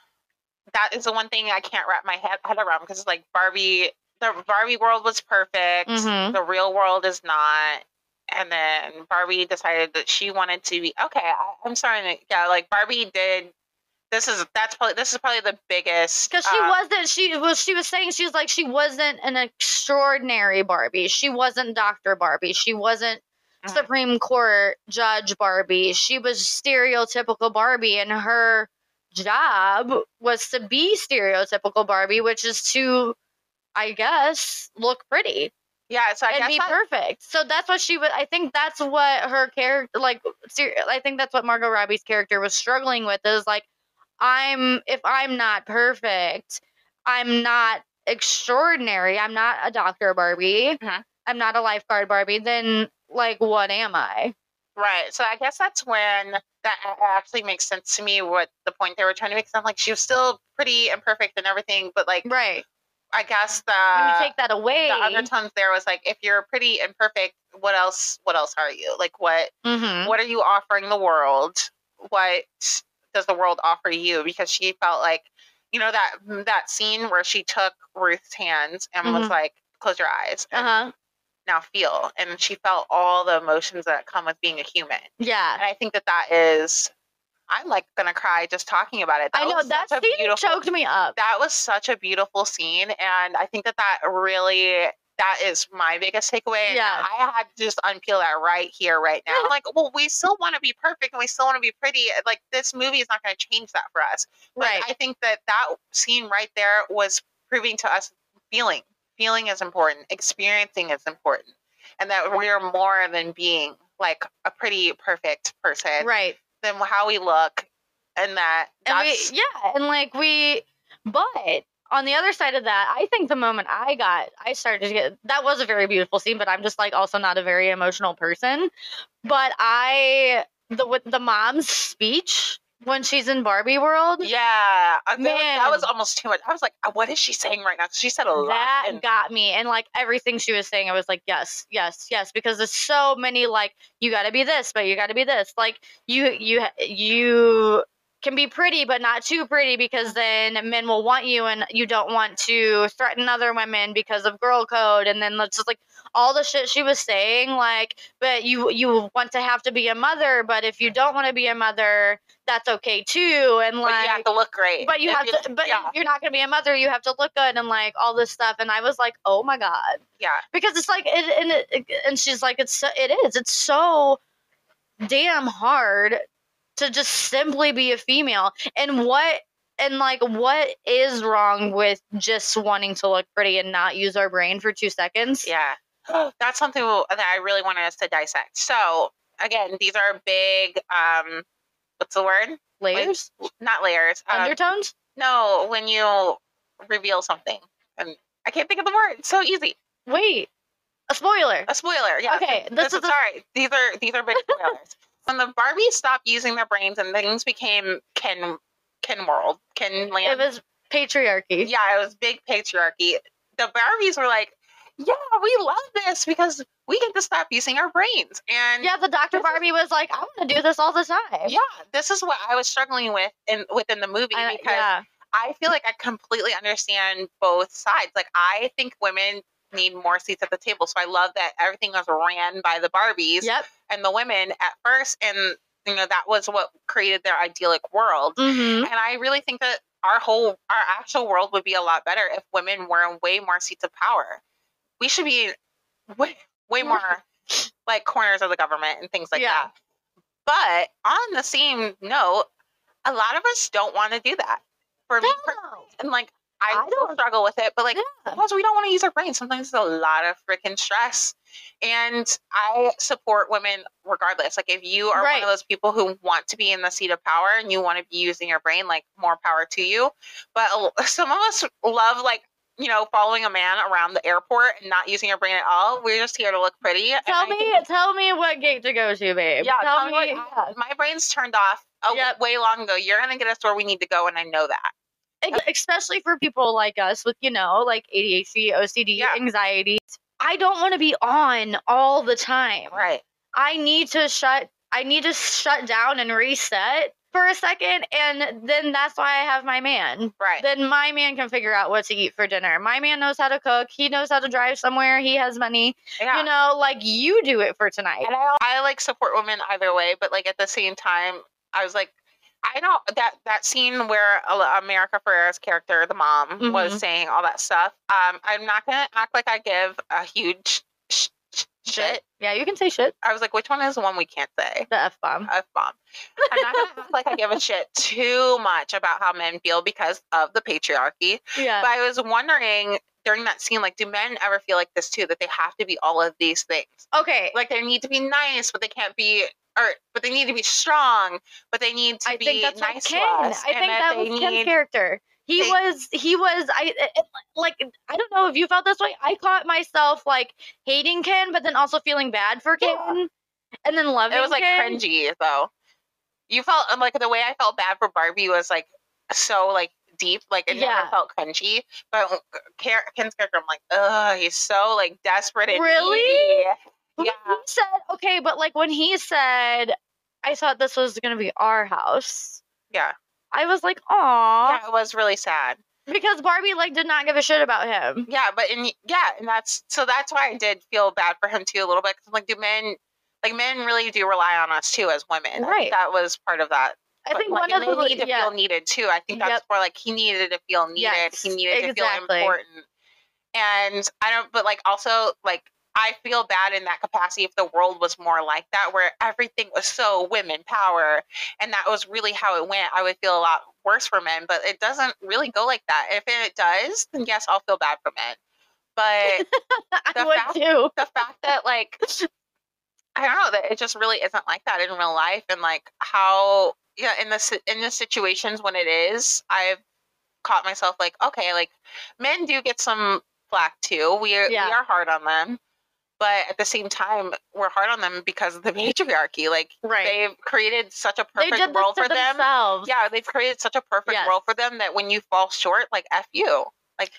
[SPEAKER 2] That is the one thing I can't wrap my head, head around because it's like Barbie, the Barbie world was perfect.
[SPEAKER 1] Mhm.
[SPEAKER 2] The real world is not. And then Barbie decided that she wanted to be okay. I, I'm starting to yeah, like Barbie did. This is that's probably this is probably the biggest
[SPEAKER 1] Because she
[SPEAKER 2] uh,
[SPEAKER 1] wasn't, she was, she was saying she was like she wasn't an extraordinary Barbie. She wasn't Doctor Barbie. She wasn't
[SPEAKER 2] Mhm.
[SPEAKER 1] Supreme Court Judge Barbie. She was stereotypical Barbie, and her job was to be stereotypical Barbie, which is to, I guess, look pretty
[SPEAKER 2] yeah. So I
[SPEAKER 1] and
[SPEAKER 2] guess
[SPEAKER 1] be
[SPEAKER 2] that-
[SPEAKER 1] perfect. So that's what she was. I think that's what her character, like, ser- I think that's what Margot Robbie's character was struggling with is like, I'm, if I'm not perfect, I'm not extraordinary. I'm not a Dr. Barbie.
[SPEAKER 2] Mhm.
[SPEAKER 1] I'm not a lifeguard Barbie. Then, like, what am I?
[SPEAKER 2] Right. So I guess that's when that a- actually makes sense to me what the point they were trying to make. 'cause I'm like, she was still pretty and perfect and everything, but like,
[SPEAKER 1] Right.
[SPEAKER 2] I guess
[SPEAKER 1] When
[SPEAKER 2] the,
[SPEAKER 1] you take that away.
[SPEAKER 2] Uh, the other times there was like, if you're pretty and perfect, what else? What else are you? Like, what
[SPEAKER 1] Mhm.
[SPEAKER 2] what are you offering the world? What does the world offer you? Because she felt like, you know that mm, that scene where she took Ruth's hands and was
[SPEAKER 1] Mhm.
[SPEAKER 2] like, close your eyes, and
[SPEAKER 1] Uh-huh.
[SPEAKER 2] now feel, and she felt all the emotions that come with being a human.
[SPEAKER 1] Yeah.
[SPEAKER 2] And I think that that is, I'm like gonna cry just talking about it.
[SPEAKER 1] I know
[SPEAKER 2] was
[SPEAKER 1] that
[SPEAKER 2] such a
[SPEAKER 1] scene choked me up.
[SPEAKER 2] That was such a beautiful scene, and I think that that really that is my biggest takeaway. and
[SPEAKER 1] Yeah.
[SPEAKER 2] I had to just unpeel that right here, right now. like, well, we still want to be perfect, and we still want to be pretty. Like this movie is not going to change that for us. But
[SPEAKER 1] Right.
[SPEAKER 2] I think that that scene right there was proving to us feeling. Feeling is important. Experiencing is important. And that we are more than being like a pretty perfect person.
[SPEAKER 1] right.
[SPEAKER 2] Than how we look, and that
[SPEAKER 1] and we,
[SPEAKER 2] that's
[SPEAKER 1] yeah and like we but on the other side of that i think the moment i got i started to get that was a very beautiful scene but i'm just like also not a very emotional person but i the with the mom's speech when she's in barbie world
[SPEAKER 2] yeah. I- that was- that
[SPEAKER 1] Man.
[SPEAKER 2] was almost too much. I was like, "Uh, what is she saying right now? 'Cause She said a lot.
[SPEAKER 1] that
[SPEAKER 2] and-
[SPEAKER 1] got me and like everything she was saying i was like yes yes yes because there's so many like you got to be this but you got to be this like you you you can be pretty but not too pretty because then men will want you and you don't want to threaten other women because of girl code and then that's just like all the shit she was saying like but you you want to have to be a mother but if you don't want to be a mother that's okay too and
[SPEAKER 2] but
[SPEAKER 1] like
[SPEAKER 2] you have to look great.
[SPEAKER 1] but you
[SPEAKER 2] If
[SPEAKER 1] have to but
[SPEAKER 2] yeah,
[SPEAKER 1] you're not going to be a mother you have to look good and like all this stuff and i was like oh my god
[SPEAKER 2] yeah,
[SPEAKER 1] because it's like it, and it, and she's like it's so, it is it's so damn hard to just simply be a female and what and like what is wrong with just wanting to look pretty and not use our brain for 2 seconds
[SPEAKER 2] yeah. That's something that I really wanted us to dissect. So again, these are big. um What's the word?
[SPEAKER 1] layers
[SPEAKER 2] Not layers. Um,
[SPEAKER 1] undertones
[SPEAKER 2] No, when you reveal something, and I can't think of the word. It's so easy.
[SPEAKER 1] Wait, a spoiler.
[SPEAKER 2] A spoiler. Uh, Yeah.
[SPEAKER 1] Okay, this
[SPEAKER 2] This
[SPEAKER 1] is
[SPEAKER 2] is
[SPEAKER 1] the-
[SPEAKER 2] sorry. These are these are big spoilers. when the Barbies stopped using their brains and things became Ken Ken world, Ken
[SPEAKER 1] It
[SPEAKER 2] land.
[SPEAKER 1] was patriarchy.
[SPEAKER 2] yeah, it was big patriarchy. The Barbies were like, yeah, we love this because we get to stop using our brains. And
[SPEAKER 1] Yeah, the Dr. Barbie was like, I want to do this all the time.
[SPEAKER 2] yeah, this is what I was struggling with in within the movie
[SPEAKER 1] And I-
[SPEAKER 2] because
[SPEAKER 1] yeah.
[SPEAKER 2] I feel like I completely understand both sides. Like I think women need more seats at the table, so I love that everything was ran by the Barbies
[SPEAKER 1] Yep.
[SPEAKER 2] and the women at first, and you know that was what created their idyllic world.
[SPEAKER 1] Mm-hmm.
[SPEAKER 2] And I really think that our whole, our actual world would be a lot better if women were in way more seats of power. We should be way, way more like corners of the government and things like
[SPEAKER 1] Mm-hmm. Yeah.
[SPEAKER 2] that. But on the same note, a lot of us don't want to do that. For me, per- and like I,
[SPEAKER 1] I
[SPEAKER 2] still
[SPEAKER 1] don't-
[SPEAKER 2] struggle with it, but like
[SPEAKER 1] Yeah.
[SPEAKER 2] because we don't want to use our brains, sometimes it's a lot of freaking stress. And I support women regardless. Like if you are one
[SPEAKER 1] Right.
[SPEAKER 2] of those people who want to be in the seat of power and you want to be using your brain, like more power to you. But a- some of us love like you know following a man around the airport and not using your brain at all. We're just here to look pretty. and
[SPEAKER 1] Tell
[SPEAKER 2] I
[SPEAKER 1] me,
[SPEAKER 2] think-
[SPEAKER 1] tell me what gate to go to, babe.
[SPEAKER 2] yeah,
[SPEAKER 1] tell, me.
[SPEAKER 2] what- my brain's turned off a
[SPEAKER 1] Yep.
[SPEAKER 2] way long ago. You're gonna get us where we need to go, and I know that.
[SPEAKER 1] Ex- especially for people like us with you know like ADHD, OCD,
[SPEAKER 2] Yeah.
[SPEAKER 1] anxiety. I don't want to be on all the time.
[SPEAKER 2] Right.
[SPEAKER 1] I need to shut. I need to shut down and reset for a second, and then that's why I have my man.
[SPEAKER 2] Right.
[SPEAKER 1] Then my man can figure out what to eat for dinner. My man knows how to cook. He knows how to drive somewhere. He has money.
[SPEAKER 2] yeah.
[SPEAKER 1] You know, like you do it for tonight.
[SPEAKER 2] And I, I like support women either way, but like at the same time, I was like, I don't that that scene where Al- America Ferrera's character, the mom, was
[SPEAKER 1] Mhm.
[SPEAKER 2] saying all that stuff. Um, I'm not gonna act like I give a huge sh- sh- shit.
[SPEAKER 1] Yeah, you can say shit.
[SPEAKER 2] I was like, which one is the one we can't say?
[SPEAKER 1] The f bomb.
[SPEAKER 2] F bomb. I'm not gonna act like I give a shit too much about how men feel because of the patriarchy.
[SPEAKER 1] Yeah.
[SPEAKER 2] But I was wondering during that scene, like, do men ever feel like this too? That they have to be all of these things?
[SPEAKER 1] okay.
[SPEAKER 2] like they need to be nice, but they can't be, or but they need to be strong, but they need to
[SPEAKER 1] I
[SPEAKER 2] be
[SPEAKER 1] think that's
[SPEAKER 2] nice
[SPEAKER 1] nice
[SPEAKER 2] to
[SPEAKER 1] Ken.
[SPEAKER 2] us.
[SPEAKER 1] I think
[SPEAKER 2] and
[SPEAKER 1] that
[SPEAKER 2] they
[SPEAKER 1] was Ken's
[SPEAKER 2] need-
[SPEAKER 1] character. He
[SPEAKER 2] they-
[SPEAKER 1] was he was I it- it- like I don't know if you felt this way. I caught myself like hating Ken, but then also feeling bad for Ken,
[SPEAKER 2] Yeah.
[SPEAKER 1] and then loving.
[SPEAKER 2] It was like
[SPEAKER 1] Ken.
[SPEAKER 2] cringy though. You felt and, like the way I felt bad for Barbie was like so like deep, like it never
[SPEAKER 1] Yeah.
[SPEAKER 2] felt cringy. But Ken- Ken's character, I'm like, ugh, he's so like desperate. And
[SPEAKER 1] Really?
[SPEAKER 2] needy.
[SPEAKER 1] But when
[SPEAKER 2] Yeah.
[SPEAKER 1] He said okay, but like when he said, I thought this was gonna be our house.
[SPEAKER 2] Yeah.
[SPEAKER 1] I was like, aw,
[SPEAKER 2] Yeah, it was really sad.
[SPEAKER 1] because Barbie like did not give a shit about him.
[SPEAKER 2] Yeah, but and yeah, and that's so that's why I did feel bad for him too a little bit. Cause I'm like, do men like men really do rely on us too as women? I think
[SPEAKER 1] Right.
[SPEAKER 2] that was part of that.
[SPEAKER 1] I think
[SPEAKER 2] like,
[SPEAKER 1] one
[SPEAKER 2] and
[SPEAKER 1] of the
[SPEAKER 2] they need to
[SPEAKER 1] yeah.
[SPEAKER 2] feel needed too. I think that's
[SPEAKER 1] Yep.
[SPEAKER 2] more like he needed to feel needed.
[SPEAKER 1] Yes,
[SPEAKER 2] he needed to feel
[SPEAKER 1] exactly.
[SPEAKER 2] important. And I don't, but like also like I feel bad in that capacity if the world was more like that, where everything was so women power, and that was really how it went. I would feel a lot worse for men, but it doesn't really go like that. If it does, then yes, I'll feel bad for men. But the
[SPEAKER 1] I would
[SPEAKER 2] fact-
[SPEAKER 1] too.
[SPEAKER 2] the fact that like I don't know that it just really isn't like that in real life, and like how yeah in the si- in the situations when it is, I've caught myself like okay, like men do get some flack too. We are
[SPEAKER 1] Yeah.
[SPEAKER 2] we are hard on them, but at the same time, we're hard on them because of the patriarchy. Like
[SPEAKER 1] Right.
[SPEAKER 2] they've created such a
[SPEAKER 1] They,
[SPEAKER 2] perfect
[SPEAKER 1] did this
[SPEAKER 2] world
[SPEAKER 1] to
[SPEAKER 2] for them.
[SPEAKER 1] themselves.
[SPEAKER 2] Yeah, they've created such a perfect
[SPEAKER 1] Yes.
[SPEAKER 2] world for them that when you fall short, like f you, like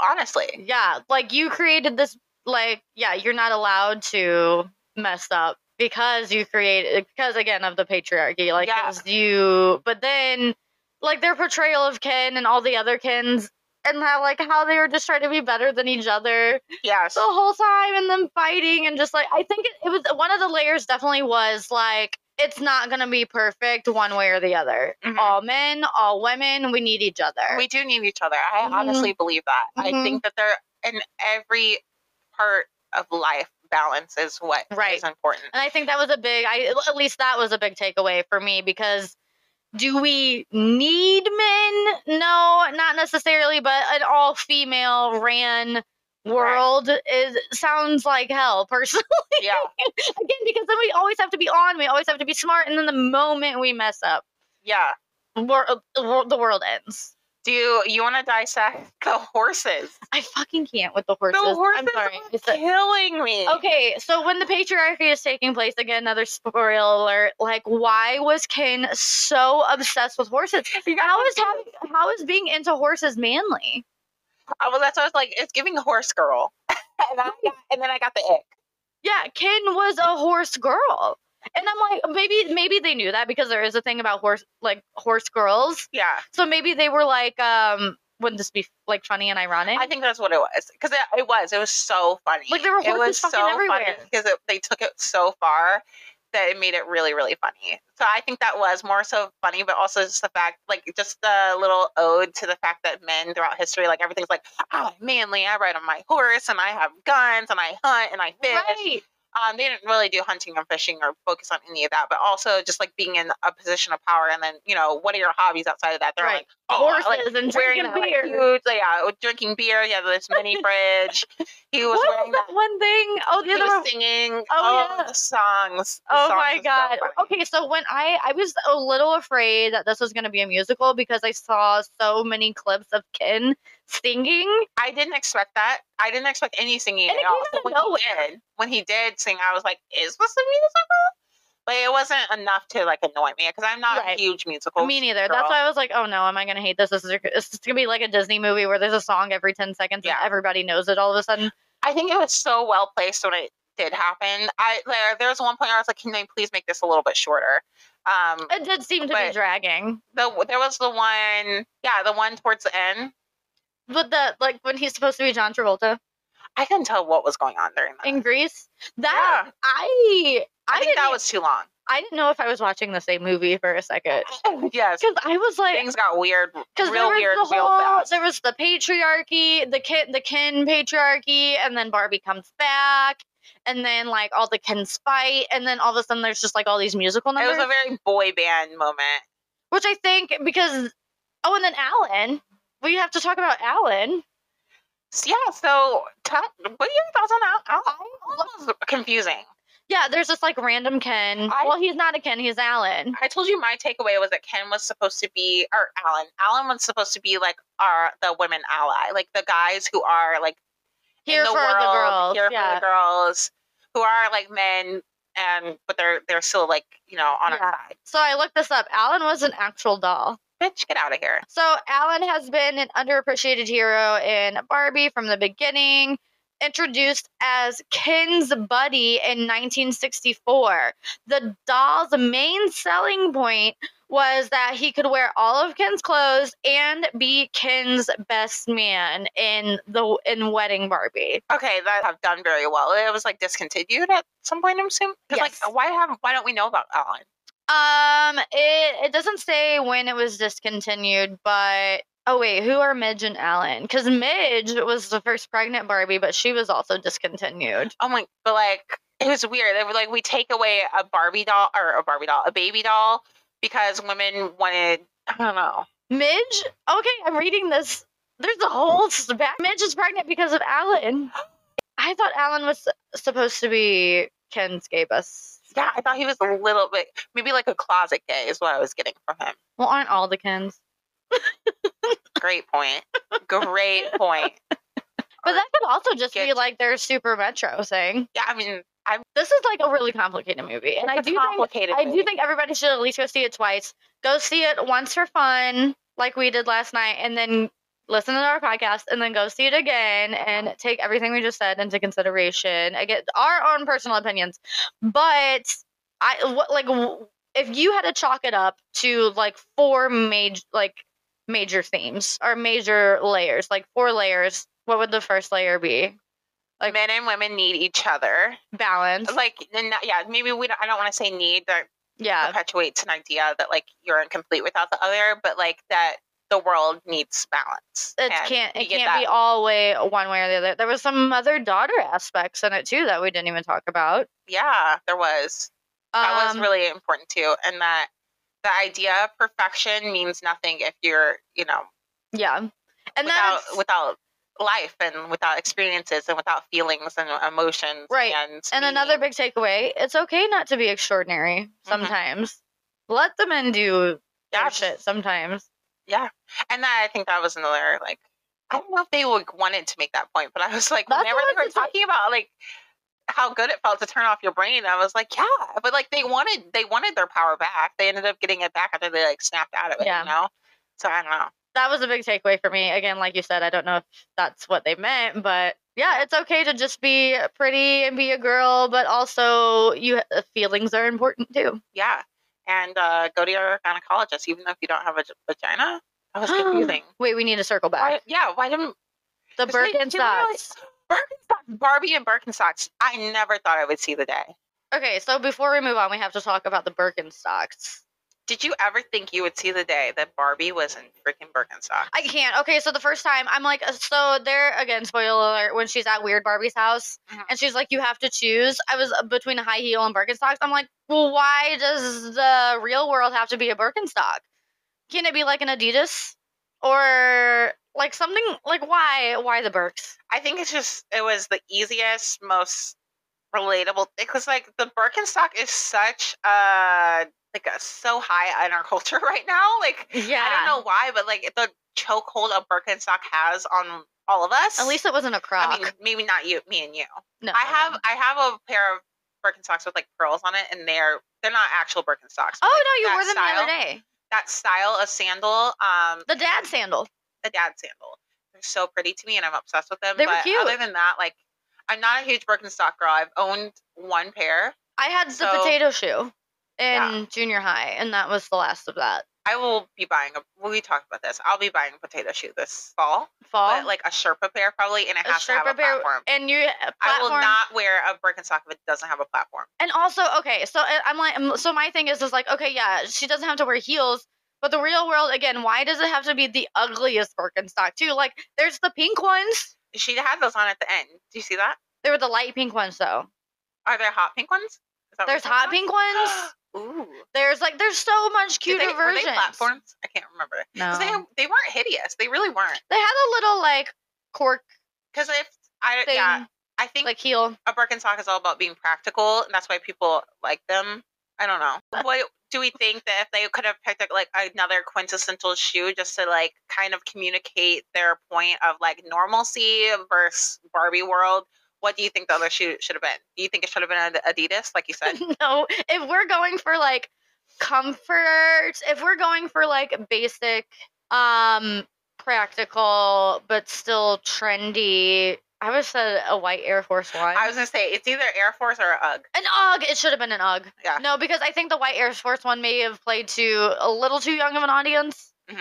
[SPEAKER 2] honestly,
[SPEAKER 1] Yeah, like you created this like yeah, you're not allowed to mess up because you created because again of the patriarchy. Like
[SPEAKER 2] Yeah.
[SPEAKER 1] it was you but then like their portrayal of Ken and all the other Kens and how like how they were just trying to be better than each other
[SPEAKER 2] yes,
[SPEAKER 1] the whole time and them fighting and just like I think it, it was one of the layers definitely was like it's not gonna be perfect one way or the other.
[SPEAKER 2] Mhm.
[SPEAKER 1] All men, all women, we need each other.
[SPEAKER 2] We do need each other. I
[SPEAKER 1] Mhm.
[SPEAKER 2] honestly believe that. I
[SPEAKER 1] Mhm.
[SPEAKER 2] think that they're in every part of life. Balance is what is
[SPEAKER 1] Right.
[SPEAKER 2] important.
[SPEAKER 1] And I think that was a big, I at least that was a big takeaway for me because do we need men? No, not necessarily, but an all female ran world is sounds like hell personally
[SPEAKER 2] Yeah,
[SPEAKER 1] again because then we always have to be on we always have to be smart and then the moment we mess up
[SPEAKER 2] yeah,
[SPEAKER 1] wor- uh, wor- the world ends
[SPEAKER 2] Do you, you want to dissect the horses?
[SPEAKER 1] I fucking can't with the horses.
[SPEAKER 2] The horses
[SPEAKER 1] I'm sorry.
[SPEAKER 2] are
[SPEAKER 1] It's a-
[SPEAKER 2] killing me.
[SPEAKER 1] Okay, so when the patriarchy is taking place, again, another spoiler alert. Like, why was Cain so obsessed with horses?
[SPEAKER 2] You guys-
[SPEAKER 1] How is having, how is being into horses manly?
[SPEAKER 2] Oh, well, that's what I was like. It's giving a horse girl, and, I got, and then I got the ick.
[SPEAKER 1] Yeah, Cain was a horse girl, and I'm like, maybe maybe they knew that because there is a thing about horse like horse girls.
[SPEAKER 2] Yeah,
[SPEAKER 1] So maybe they were like, um, wouldn't this be like funny and ironic?
[SPEAKER 2] I think that's what it was because it, it was. It was so funny.
[SPEAKER 1] Like, there were
[SPEAKER 2] it
[SPEAKER 1] horses
[SPEAKER 2] was
[SPEAKER 1] fucking
[SPEAKER 2] so
[SPEAKER 1] everywhere.
[SPEAKER 2] funny because it, they took it so far that it made it really, really funny. So I think that was more so funny, but also just the fact, like, just the little ode to the fact that men throughout history, like, everything's like, oh, manly. I ride on my horse, and I have guns, and I hunt, and I fish.
[SPEAKER 1] right.
[SPEAKER 2] um, they didn't really do hunting and fishing or focus on any of that, but also just like being in a position of power. And then, you know, what are your hobbies outside of that? They're
[SPEAKER 1] Right.
[SPEAKER 2] like, oh, I
[SPEAKER 1] horses
[SPEAKER 2] like
[SPEAKER 1] and
[SPEAKER 2] wearing
[SPEAKER 1] drinking
[SPEAKER 2] that, like,
[SPEAKER 1] beer.
[SPEAKER 2] huge, yeah, drinking beer. Yeah, this mini fridge. He was
[SPEAKER 1] what was
[SPEAKER 2] wearing
[SPEAKER 1] that
[SPEAKER 2] that.
[SPEAKER 1] one thing? Oh, the
[SPEAKER 2] He
[SPEAKER 1] other
[SPEAKER 2] was
[SPEAKER 1] one.
[SPEAKER 2] singing oh,
[SPEAKER 1] yeah.
[SPEAKER 2] the songs. The
[SPEAKER 1] Oh
[SPEAKER 2] songs
[SPEAKER 1] my
[SPEAKER 2] are so
[SPEAKER 1] god.
[SPEAKER 2] funny.
[SPEAKER 1] okay, so when I I was a little afraid that this was going to be a musical because I saw so many clips of Ken singing.
[SPEAKER 2] I didn't expect that. I didn't expect any singing
[SPEAKER 1] And it
[SPEAKER 2] at all.
[SPEAKER 1] came
[SPEAKER 2] So
[SPEAKER 1] out
[SPEAKER 2] when
[SPEAKER 1] of
[SPEAKER 2] he
[SPEAKER 1] nowhere.
[SPEAKER 2] did, when he did sing, I was like, "Is this a musical?" But it wasn't enough to like annoy me because I'm not
[SPEAKER 1] Right.
[SPEAKER 2] a huge musical.
[SPEAKER 1] Me neither. That's why I was like, "Oh no, am I going to hate this? This is this is going to be like a Disney movie where there's a song every 10 seconds
[SPEAKER 2] Yeah.
[SPEAKER 1] and everybody knows it all of a sudden."
[SPEAKER 2] I think it was so well placed when it did happen. I there there was one point where I was like, "Can they please make this a little bit shorter?" Um,
[SPEAKER 1] It did seem to
[SPEAKER 2] But-
[SPEAKER 1] be dragging.
[SPEAKER 2] the there was the one, yeah, the one towards the end.
[SPEAKER 1] But the like when he's supposed to be John Travolta
[SPEAKER 2] I couldn't tell what was going on during that.
[SPEAKER 1] in Greece, that
[SPEAKER 2] Uh, yeah,
[SPEAKER 1] I I,
[SPEAKER 2] I, think
[SPEAKER 1] didn't
[SPEAKER 2] that
[SPEAKER 1] e-
[SPEAKER 2] was too long.
[SPEAKER 1] I didn't know if I was watching the same movie for a second
[SPEAKER 2] yes,
[SPEAKER 1] because I was like,
[SPEAKER 2] things got weird,
[SPEAKER 1] Because there
[SPEAKER 2] real
[SPEAKER 1] was
[SPEAKER 2] weird,
[SPEAKER 1] the
[SPEAKER 2] real
[SPEAKER 1] whole
[SPEAKER 2] fast.
[SPEAKER 1] there was the patriarchy, the kin the kin patriarchy, and then Barbie comes back, and then like all the kins fight, and then all of a sudden there's just like all these musical
[SPEAKER 2] It
[SPEAKER 1] numbers,
[SPEAKER 2] was a very boy band moment.
[SPEAKER 1] which I think because oh, and then Alan, we have to talk about Alan.
[SPEAKER 2] So, yeah, so tell, what are your thoughts on that? I, I was confusing.
[SPEAKER 1] Yeah, there's just like random Ken.
[SPEAKER 2] I-
[SPEAKER 1] well, he's not a Ken, he's Alan.
[SPEAKER 2] I told you my takeaway was that Ken was supposed to be, or Alan, Alan was supposed to be like our the women ally, like the guys who are like in
[SPEAKER 1] Here
[SPEAKER 2] the
[SPEAKER 1] for
[SPEAKER 2] world,
[SPEAKER 1] the girls,
[SPEAKER 2] here
[SPEAKER 1] yeah.
[SPEAKER 2] for the girls, who are like men, and but they're they're still like you know on
[SPEAKER 1] Yeah.
[SPEAKER 2] our side.
[SPEAKER 1] So I looked this up. Alan was an actual doll.
[SPEAKER 2] Bitch, get out of here.
[SPEAKER 1] So Alan has been an underappreciated hero in Barbie from the beginning. Introduced as Ken's buddy in 1964. The doll's main selling point was that he could wear all of Ken's clothes and be Ken's best man in the in Wedding Barbie.
[SPEAKER 2] Okay, that have done very well. It was like discontinued at some point, I'm assuming. 'Cause,
[SPEAKER 1] Yes.
[SPEAKER 2] Like, why have why don't we know about Alan?
[SPEAKER 1] Um, it, it doesn't say when it was discontinued, but oh wait, who are Midge and Alan? Because Midge was the first pregnant Barbie, but she was also discontinued.
[SPEAKER 2] Oh my, but like it was weird. They were like, we take away a Barbie doll or a Barbie doll, a baby doll, because women wanted. I don't know.
[SPEAKER 1] Midge? Okay, I'm reading this. There's a whole s- back. Midge is pregnant because of Alan. I thought Alan was s- supposed to be Ken's gay best.
[SPEAKER 2] Yeah, I thought he was a little bit, maybe like a closet gay is what I was getting from him.
[SPEAKER 1] Well, aren't all the Kens?
[SPEAKER 2] Great point. Great point.
[SPEAKER 1] But that could also just be
[SPEAKER 2] Get-
[SPEAKER 1] like their super metro thing.
[SPEAKER 2] Yeah, I mean, I
[SPEAKER 1] This is like a really complicated movie, and I
[SPEAKER 2] it's a
[SPEAKER 1] do think
[SPEAKER 2] complicated.
[SPEAKER 1] I do
[SPEAKER 2] movie.
[SPEAKER 1] think everybody should at least go see it twice. Go see it once for fun, like we did last night, and then listen to our podcast, and then go see it again and take everything we just said into consideration. I get our own personal opinions, but I what like w- if you had to chalk it up to like four major like major themes or major layers, like four layers. What would the first layer be? like-
[SPEAKER 2] men and women need each other.
[SPEAKER 1] Balance.
[SPEAKER 2] Like, and not- yeah, maybe we. Don't, I don't want to say need. That
[SPEAKER 1] yeah.
[SPEAKER 2] perpetuates an idea that like you're incomplete without the other, but like that the world needs balance.
[SPEAKER 1] it
[SPEAKER 2] and
[SPEAKER 1] can't
[SPEAKER 2] we
[SPEAKER 1] it
[SPEAKER 2] get
[SPEAKER 1] can't be
[SPEAKER 2] that.
[SPEAKER 1] all way one way or the other. There was some mother daughter aspects in it too that we didn't even talk about.
[SPEAKER 2] Yeah, there was. That was
[SPEAKER 1] Um,
[SPEAKER 2] really important too, and that the idea of perfection means nothing if you're you know
[SPEAKER 1] yeah, and
[SPEAKER 2] without
[SPEAKER 1] that's
[SPEAKER 2] without life and without experiences and without feelings and emotions.
[SPEAKER 1] Right.
[SPEAKER 2] And,
[SPEAKER 1] and another big takeaway. It's okay not to be
[SPEAKER 2] Mm-hmm.
[SPEAKER 1] extraordinary sometimes. Let the men do their
[SPEAKER 2] Yeah,
[SPEAKER 1] shit sometimes.
[SPEAKER 2] yeah. And that, I think that was another like I don't know if they would wanted to make that point, but I was like,
[SPEAKER 3] That's
[SPEAKER 2] whenever
[SPEAKER 3] what
[SPEAKER 2] they
[SPEAKER 3] I
[SPEAKER 2] were
[SPEAKER 3] was gonna
[SPEAKER 2] talking about like how good it felt to turn off your brain, I was like, yeah. But like they wanted they wanted their power back. They ended up getting it back after they like snapped out of it,
[SPEAKER 1] Yeah.
[SPEAKER 2] you know? So I don't know.
[SPEAKER 1] that was a big takeaway for me. Again, like you said, I don't know if that's what they meant, but yeah, it's okay to just be pretty and be a girl, but also you uh, feelings are important too.
[SPEAKER 2] Yeah. And uh, go to your gynecologist, even though if you don't have a g- vagina. That was confusing.
[SPEAKER 1] Wait, we need to circle
[SPEAKER 2] Why,
[SPEAKER 1] back.
[SPEAKER 2] yeah, why didn't
[SPEAKER 1] The
[SPEAKER 2] It's like, she literally-
[SPEAKER 1] Birkenstocks.
[SPEAKER 2] Birkenstocks, Barbie and Birkenstocks. I never thought I would see the day.
[SPEAKER 1] Okay, so before we move on, we have to talk about the Birkenstocks.
[SPEAKER 2] Did you ever think you would see the day that Barbie was in freaking Birkenstocks?
[SPEAKER 1] I can't. Okay, so the first time I'm like, uh, so there again, spoiler alert, when she's at Weird Barbie's house
[SPEAKER 2] Mhm.
[SPEAKER 1] and she's like, you have to choose. I was uh, between a high heel and Birkenstocks. I'm like, well, why does the real world have to be a Birkenstock? Can it be like an Adidas or like something like why why the Birks?
[SPEAKER 2] I think it's just it was the easiest, most relatable. Because like the Birkenstock is such a like a, so high in our culture right now. Like
[SPEAKER 1] Yeah,
[SPEAKER 2] I don't know why, but like the chokehold a Birkenstock has on all of us.
[SPEAKER 1] At least it wasn't a croc.
[SPEAKER 2] I mean, maybe not you, me and you.
[SPEAKER 1] no,
[SPEAKER 2] I have I have a pair of Birkenstocks with like pearls on it, and they're they're not actual Birkenstocks. but,
[SPEAKER 1] Oh
[SPEAKER 2] like,
[SPEAKER 1] no, you
[SPEAKER 2] that
[SPEAKER 1] wore them the
[SPEAKER 2] style-
[SPEAKER 1] other day.
[SPEAKER 2] That style of sandal, um,
[SPEAKER 1] The dad sandal.
[SPEAKER 2] the dad sandal. They're so pretty to me, and I'm obsessed with them.
[SPEAKER 1] They were
[SPEAKER 2] but
[SPEAKER 1] cute.
[SPEAKER 2] Other than that, like I'm not a huge Birkenstock girl. I've owned one pair.
[SPEAKER 1] I had the
[SPEAKER 2] So-
[SPEAKER 1] potato shoe in
[SPEAKER 2] Yeah.
[SPEAKER 1] junior high, and that was the last of that
[SPEAKER 2] I will be buying a. We talked about this. I'll be buying a potato shoe this fall,
[SPEAKER 1] fall.
[SPEAKER 2] but like a Sherpa pair probably, and it
[SPEAKER 1] A
[SPEAKER 2] has to have a
[SPEAKER 1] Sherpa pair-
[SPEAKER 2] platform.
[SPEAKER 1] and you uh, platform.
[SPEAKER 2] I will not wear a Birkenstock if it doesn't have a platform.
[SPEAKER 1] And also, okay, so I- I'm like, um, so my thing is, is like, okay, yeah, she doesn't have to wear heels, but the real world again, why does it have to be the ugliest Birkenstock too? Like, there's the pink ones.
[SPEAKER 2] She had those on at the end. Do you see that?
[SPEAKER 1] They were the light pink ones though.
[SPEAKER 2] Are there hot pink ones? Is that what
[SPEAKER 1] There's
[SPEAKER 2] you're talking
[SPEAKER 1] hot pink
[SPEAKER 2] about?
[SPEAKER 1] ones.
[SPEAKER 2] Ooh.
[SPEAKER 1] There's like, there's so much
[SPEAKER 2] Did
[SPEAKER 1] cuter
[SPEAKER 2] they, were they
[SPEAKER 1] versions.
[SPEAKER 2] platforms? I can't remember.
[SPEAKER 1] No,
[SPEAKER 2] 'Cause They, they weren't hideous. They really weren't.
[SPEAKER 1] they had a little like cork
[SPEAKER 2] Because if I
[SPEAKER 1] thing,
[SPEAKER 2] yeah, I think
[SPEAKER 1] like heel.
[SPEAKER 2] a Birkenstock is all about being practical, and that's why people like them. I don't know. What do we think that if they could have picked like another quintessential shoe just to like kind of communicate their point of like normalcy versus Barbie world? What do you think the other shoe should have been? Do you think it should have been an Adidas, like you said?
[SPEAKER 1] no, if we're going for like comfort, if we're going for like basic, um, practical but still trendy, I would have said a white Air Force One.
[SPEAKER 2] I was gonna say it's either Air Force or uh, UGG.
[SPEAKER 1] an UGG. It should have been an UGG.
[SPEAKER 2] Yeah.
[SPEAKER 1] No, because I think the white Air Force One may have played to a little too young of an audience.
[SPEAKER 2] Mhm.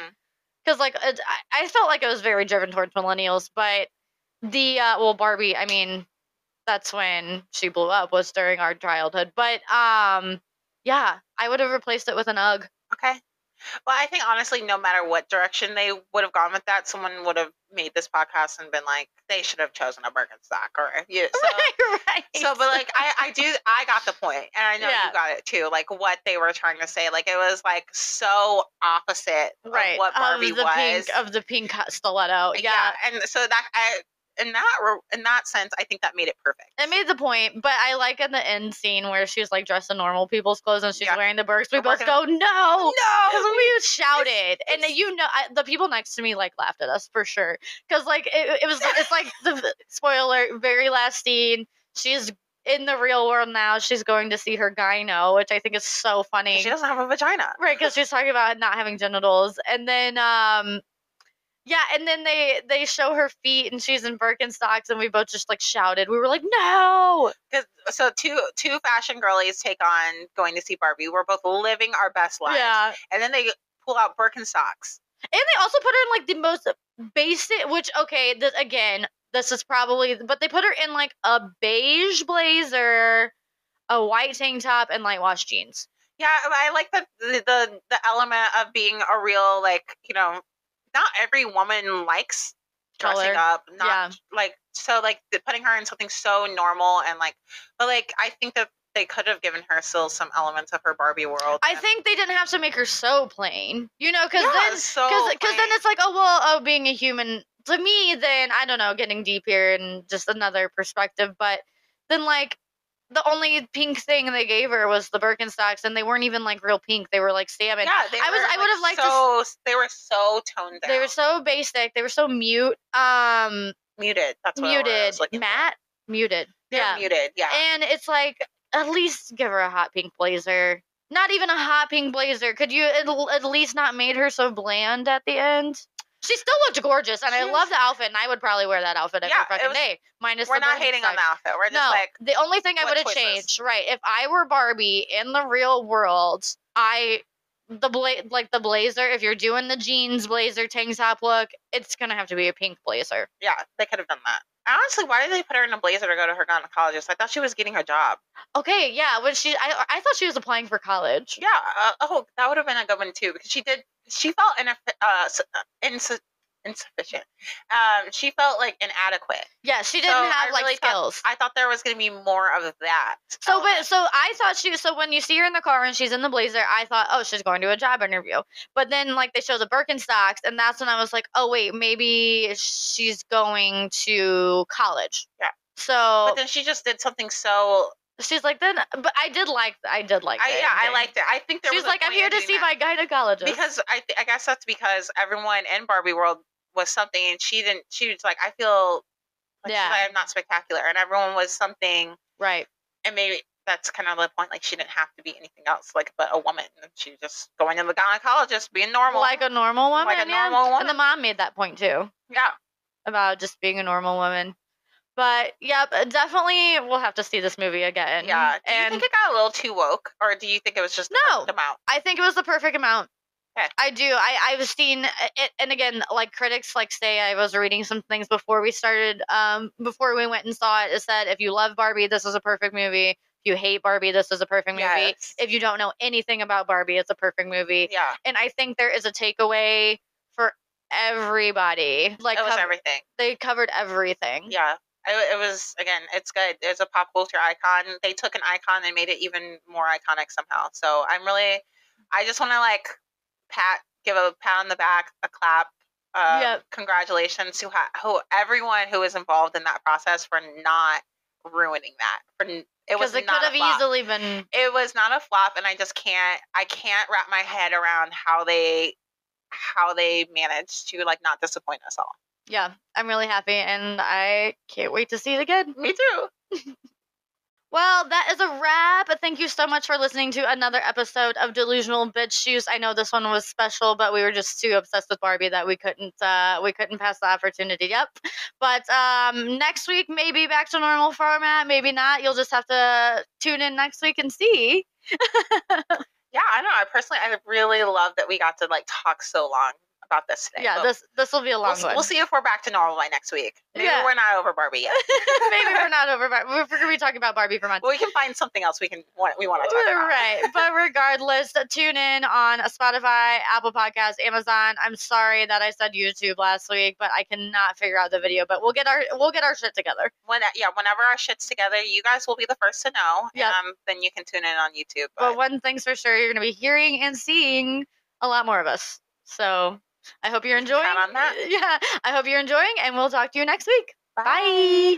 [SPEAKER 1] Because like it, I I felt like it was very driven towards millennials, but the uh, well Barbie, I mean, that's when she blew up was during our childhood. But um, yeah, I would have replaced it with an UGG.
[SPEAKER 2] Okay. Well, I think honestly, no matter what direction they would have gone with that, someone would have made this podcast and been like, they should have chosen a Birkenstock or eh, yeah. So,
[SPEAKER 1] right.
[SPEAKER 2] so but like I, I do I got the point, and I know
[SPEAKER 1] Yeah.
[SPEAKER 2] you got it too. Like what they were trying to say, like it was like so opposite
[SPEAKER 1] right
[SPEAKER 2] of what Barbie
[SPEAKER 1] of the
[SPEAKER 2] was. Eh,
[SPEAKER 1] pink of the pink uh, stiletto. Yeah.
[SPEAKER 2] and so that I. In that re- in that sense, I think that made it perfect.
[SPEAKER 1] It made the point, but I like in the end scene where she's like dressed in normal people's clothes and she's
[SPEAKER 2] Yeah.
[SPEAKER 1] wearing the Birks. We
[SPEAKER 2] I'm
[SPEAKER 1] both
[SPEAKER 2] working-
[SPEAKER 1] go, no,
[SPEAKER 2] no,
[SPEAKER 1] we shouted, and
[SPEAKER 2] it's-
[SPEAKER 1] you know, I, the people next to me like laughed at us for sure, because like it, it was, it's like the spoiler, very last scene. She's in the real world now. She's going to see her gyno, which I think is so funny,
[SPEAKER 2] she doesn't have a vagina.
[SPEAKER 1] right? Because she's talking about not having genitals, and then um. Yeah, and then they they show her feet, and she's in Birkenstocks, and we both just like shouted. We were like, "No!"
[SPEAKER 2] Cause, so two two fashion girlies take on going to see Barbie. We're both living our best lives.
[SPEAKER 1] Yeah,
[SPEAKER 2] and then they pull out Birkenstocks.
[SPEAKER 1] And they also put her in like the most basic, which okay, this again, this is probably, but they put her in like a beige blazer, a white tank top, and light wash jeans.
[SPEAKER 2] Yeah, I I like the the the, the element of being a real like you know, not every woman likes dressing
[SPEAKER 1] Color.
[SPEAKER 2] up. Not
[SPEAKER 1] Yeah.
[SPEAKER 2] like so like th- putting her in something so normal and like, but like I think that they could have given her still some elements of her Barbie world.
[SPEAKER 1] I
[SPEAKER 2] and-
[SPEAKER 1] think they didn't have to make her so plain, you know, because
[SPEAKER 2] yeah,
[SPEAKER 1] then,
[SPEAKER 2] so
[SPEAKER 1] because then
[SPEAKER 2] plain.
[SPEAKER 1] it's like, oh well, oh being a human to me, then I don't know, getting deep here and just another perspective, but then like the only pink thing they gave her was the Birkenstocks, and they weren't even like real pink. They were like salmon.
[SPEAKER 2] yeah, they
[SPEAKER 1] I was-
[SPEAKER 2] were,
[SPEAKER 1] I would've
[SPEAKER 2] like,
[SPEAKER 1] liked to
[SPEAKER 2] so, They were so toned down.
[SPEAKER 1] They were so basic. They were so mute. Um,
[SPEAKER 2] muted. That's what the word I
[SPEAKER 1] muted.
[SPEAKER 2] was looking for.
[SPEAKER 1] Matt, muted.
[SPEAKER 2] They're
[SPEAKER 1] yeah.
[SPEAKER 2] muted. Yeah.
[SPEAKER 1] And it's like at least give her a hot pink blazer. Not even a hot pink blazer. Could you at, l- at least not made her so bland at the end? She still looked gorgeous, and
[SPEAKER 2] She
[SPEAKER 1] I
[SPEAKER 2] was-
[SPEAKER 1] love the outfit, and I would probably wear that outfit every
[SPEAKER 2] Yeah, it
[SPEAKER 1] fucking
[SPEAKER 2] was-
[SPEAKER 1] day. Minus
[SPEAKER 2] we're
[SPEAKER 1] the
[SPEAKER 2] not hating on
[SPEAKER 1] Birkenstocks.
[SPEAKER 2] the outfit. We're just
[SPEAKER 1] no,
[SPEAKER 2] like,
[SPEAKER 1] the only thing I
[SPEAKER 2] what
[SPEAKER 1] would have
[SPEAKER 2] choices?
[SPEAKER 1] changed, right? If I were Barbie in the real world, I the bla- like the blazer. If you're doing the jeans blazer tank top look, it's gonna have to be a pink blazer.
[SPEAKER 2] yeah, they could have done that. Honestly, why did they put her in a blazer to go to her gynecologist? I thought she was getting her job.
[SPEAKER 1] Okay, yeah. When she, I, I thought she was applying for college.
[SPEAKER 2] Yeah. Uh, oh, that would have been a good one too because she did. She felt ineff- uh, s- uh, insu- insufficient. Um, she felt like inadequate.
[SPEAKER 1] Yeah, she didn't
[SPEAKER 2] So,
[SPEAKER 1] have
[SPEAKER 2] I
[SPEAKER 1] like
[SPEAKER 2] really thought-
[SPEAKER 1] skills.
[SPEAKER 2] I Oh. thought there was going to be more of that.
[SPEAKER 1] so, but
[SPEAKER 2] element.
[SPEAKER 1] so I thought she. So when you see her in the car and she's in the blazer, I thought, oh, she's going to a job interview. But then like they show the Birkenstocks, and that's when I was like, oh wait, maybe she's going to college.
[SPEAKER 2] Yeah.
[SPEAKER 1] So
[SPEAKER 2] but then she just did something so.
[SPEAKER 1] she's like, then, but I did like, I did like.
[SPEAKER 2] I,
[SPEAKER 1] the
[SPEAKER 2] yeah, I
[SPEAKER 1] ending.
[SPEAKER 2] liked it. I think there
[SPEAKER 1] She's
[SPEAKER 2] was a
[SPEAKER 1] like, I'm
[SPEAKER 2] point in
[SPEAKER 1] here to
[SPEAKER 2] doing
[SPEAKER 1] see
[SPEAKER 2] that.
[SPEAKER 1] my gynecologist.
[SPEAKER 2] because I, th- I guess that's because everyone in Barbie world was something, and she didn't. She was like, I feel like, she's
[SPEAKER 1] Yeah.
[SPEAKER 2] like, I'm not spectacular, and everyone was something,
[SPEAKER 1] right,
[SPEAKER 2] and maybe that's kind of the point. Like she didn't have to be anything else, like but a woman. And she was just going to the gynecologist, being normal.
[SPEAKER 1] like a normal woman,
[SPEAKER 2] Like a
[SPEAKER 1] yeah.
[SPEAKER 2] normal
[SPEAKER 1] And the
[SPEAKER 2] woman.
[SPEAKER 1] mom made that point too.
[SPEAKER 2] yeah,
[SPEAKER 1] about just being a normal woman. But yeah, but definitely we'll have to see this movie again.
[SPEAKER 2] yeah. Do you
[SPEAKER 1] and
[SPEAKER 2] think it got a little too woke, or do you think it was just the
[SPEAKER 1] No.
[SPEAKER 2] perfect amount?
[SPEAKER 1] I think it was the perfect amount.
[SPEAKER 2] Okay.
[SPEAKER 1] I do. I I've seen uh, it, and again, like critics like say, I was reading some things before we started, um, before we went and saw it. It said, if you love Barbie, this is a perfect movie. If you hate Barbie, this is a perfect movie.
[SPEAKER 2] Yes.
[SPEAKER 1] If you don't know anything about Barbie, it's a perfect movie.
[SPEAKER 2] Yeah,
[SPEAKER 1] And I think there is a takeaway for everybody. Like um,
[SPEAKER 2] it was
[SPEAKER 1] cov-
[SPEAKER 2] everything.
[SPEAKER 1] they covered everything.
[SPEAKER 2] Yeah. It, it was again. It's good. It's a pop culture icon. They took an icon and made it even more iconic somehow. So I'm really, I just want to like pat, give a pat on the back, a clap, um,
[SPEAKER 1] Yep.
[SPEAKER 2] congratulations to ha- who everyone who was involved in that process for not ruining that. For n- it was
[SPEAKER 1] Because it
[SPEAKER 2] not
[SPEAKER 1] could have
[SPEAKER 2] a flop.
[SPEAKER 1] easily been
[SPEAKER 2] It was not a flop, and I just can't. I can't wrap my head around how they, how they managed to like not disappoint us all.
[SPEAKER 1] yeah, I'm really happy and I can't wait to see it again.
[SPEAKER 2] Me too.
[SPEAKER 1] Well, that is a wrap. Thank you so much for listening to another episode of Delusional Bitch Shoes. I know this one was special, but we were just too obsessed with Barbie that we couldn't uh, we couldn't pass the opportunity up. But um, next week maybe back to normal format, maybe not. You'll just have to tune in next week and see.
[SPEAKER 2] Yeah, I know. I personally, I really love that we got to like talk so long about this today.
[SPEAKER 1] Yeah,
[SPEAKER 2] but
[SPEAKER 1] this this will be a
[SPEAKER 2] we'll,
[SPEAKER 1] long
[SPEAKER 2] s-
[SPEAKER 1] one.
[SPEAKER 2] we'll see if we're back to normal by next week. Maybe
[SPEAKER 1] Yeah.
[SPEAKER 2] we're not over Barbie yet.
[SPEAKER 1] maybe we're not over. Bar- We're going to be talking about Barbie for months.
[SPEAKER 2] well, we can find something else we can want. We want to talk about.
[SPEAKER 1] Right. But regardless, tune in on Spotify, Apple Podcasts, Amazon. I'm sorry that I said YouTube last week, but I cannot figure out the video. But we'll get our we'll get our shit together.
[SPEAKER 2] When, yeah, whenever our shit's together, you guys will be the first to know.
[SPEAKER 1] Yeah.
[SPEAKER 2] Um, then you can tune in on YouTube.
[SPEAKER 1] But one thing's for sure, you're gonna be hearing and seeing a lot more of us. So I hope you're enjoying.
[SPEAKER 2] on that.
[SPEAKER 1] Yeah. I hope you're enjoying and we'll talk to you next week. Bye.